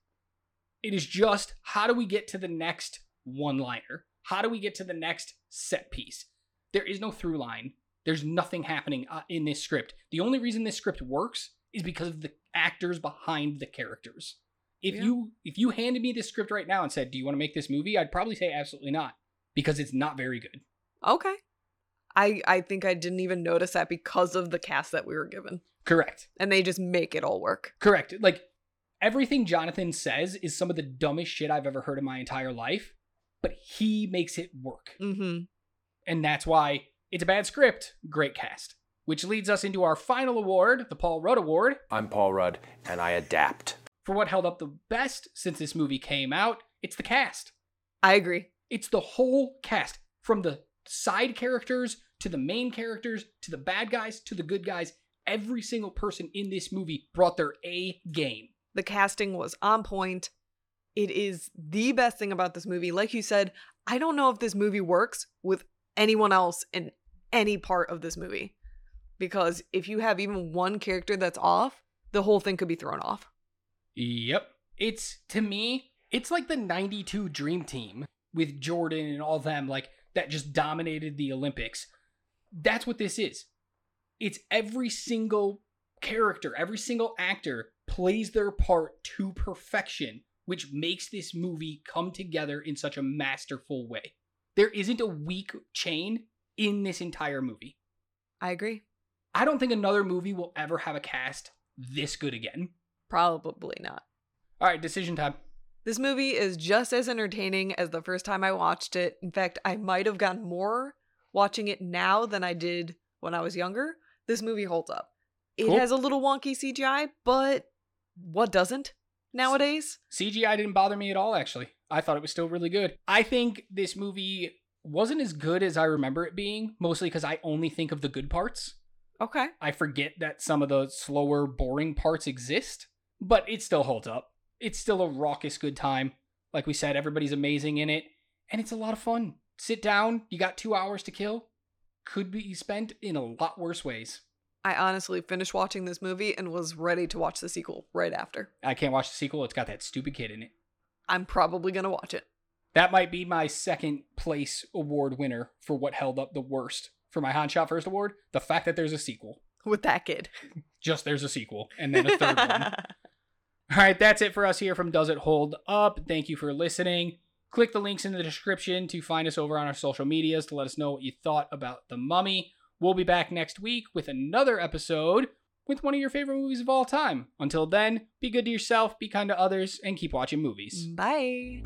Speaker 3: It is just how do we get to the next one liner? How do we get to the next set piece? There is no through line. There's nothing happening uh, in this script. The only reason this script works is because of the actors behind the characters. If
Speaker 4: Yeah.
Speaker 3: you if you handed me this script right now and said, "Do you want to make this movie?" I'd probably say absolutely not because it's not very good.
Speaker 4: Okay. I I think I didn't even notice that because of the cast that we were given.
Speaker 3: Correct.
Speaker 4: And they just make it all work.
Speaker 3: Correct. Like everything Jonathan says is some of the dumbest shit I've ever heard in my entire life, but he makes it work.
Speaker 4: Mm-hmm.
Speaker 3: And that's why it's a bad script, great cast. Which leads us into our final award, the Paul Rudd Award,
Speaker 17: I'm Paul Rudd, and I adapt.
Speaker 3: for what held up the best since this movie came out. It's the cast.
Speaker 4: I agree.
Speaker 3: It's the whole cast from the side characters to the main characters to the bad guys to the good guys. Every single person in this movie brought their A game.
Speaker 4: The casting was on point. It is the best thing about this movie. Like you said, I don't know if this movie works with anyone else in any part of this movie. Because if you have even one character that's off, the whole thing could be thrown off.
Speaker 3: Yep. It's to me, it's like the 92 dream team with Jordan and all them like that just dominated the Olympics. That's what this is. It's every single character, every single actor plays their part to perfection, which makes this movie come together in such a masterful way. There isn't a weak chain in this entire movie.
Speaker 4: I agree.
Speaker 3: I don't think another movie will ever have a cast this good again.
Speaker 4: Probably not.
Speaker 3: All right, decision time.
Speaker 4: This movie is just as entertaining as the first time I watched it. In fact, I might have gotten more watching it now than I did when I was younger. This movie holds up. It
Speaker 3: Cool.
Speaker 4: has a little wonky CGI, but what doesn't nowadays?
Speaker 3: CGI didn't bother me at all, actually. I thought it was still really good. I think this movie wasn't as good as I remember it being, mostly because I only think of the good parts.
Speaker 4: Okay.
Speaker 3: I forget that some of the slower, boring parts exist, but it still holds up. It's still a raucous good time. Like we said, everybody's amazing in it, and it's a lot of fun. Sit down, you got two hours to kill. Could be spent in a lot worse ways.
Speaker 4: I honestly finished watching this movie and was ready to watch the sequel right after.
Speaker 3: I can't watch the sequel, it's got that stupid kid in it.
Speaker 4: I'm probably going to watch it.
Speaker 3: That might be my second place award winner for what held up the worst for my Han Shot First Award. The fact that there's a sequel
Speaker 4: with that kid.
Speaker 3: Just there's a sequel and then a third one. All right, that's it for us here from Does It Hold Up. Thank you for listening. Click the links in the description to find us over on our social medias to let us know what you thought about The Mummy. We'll be back next week with another episode with one of your favorite movies of all time. Until then, be good to yourself, be kind to others, and keep watching movies.
Speaker 4: Bye.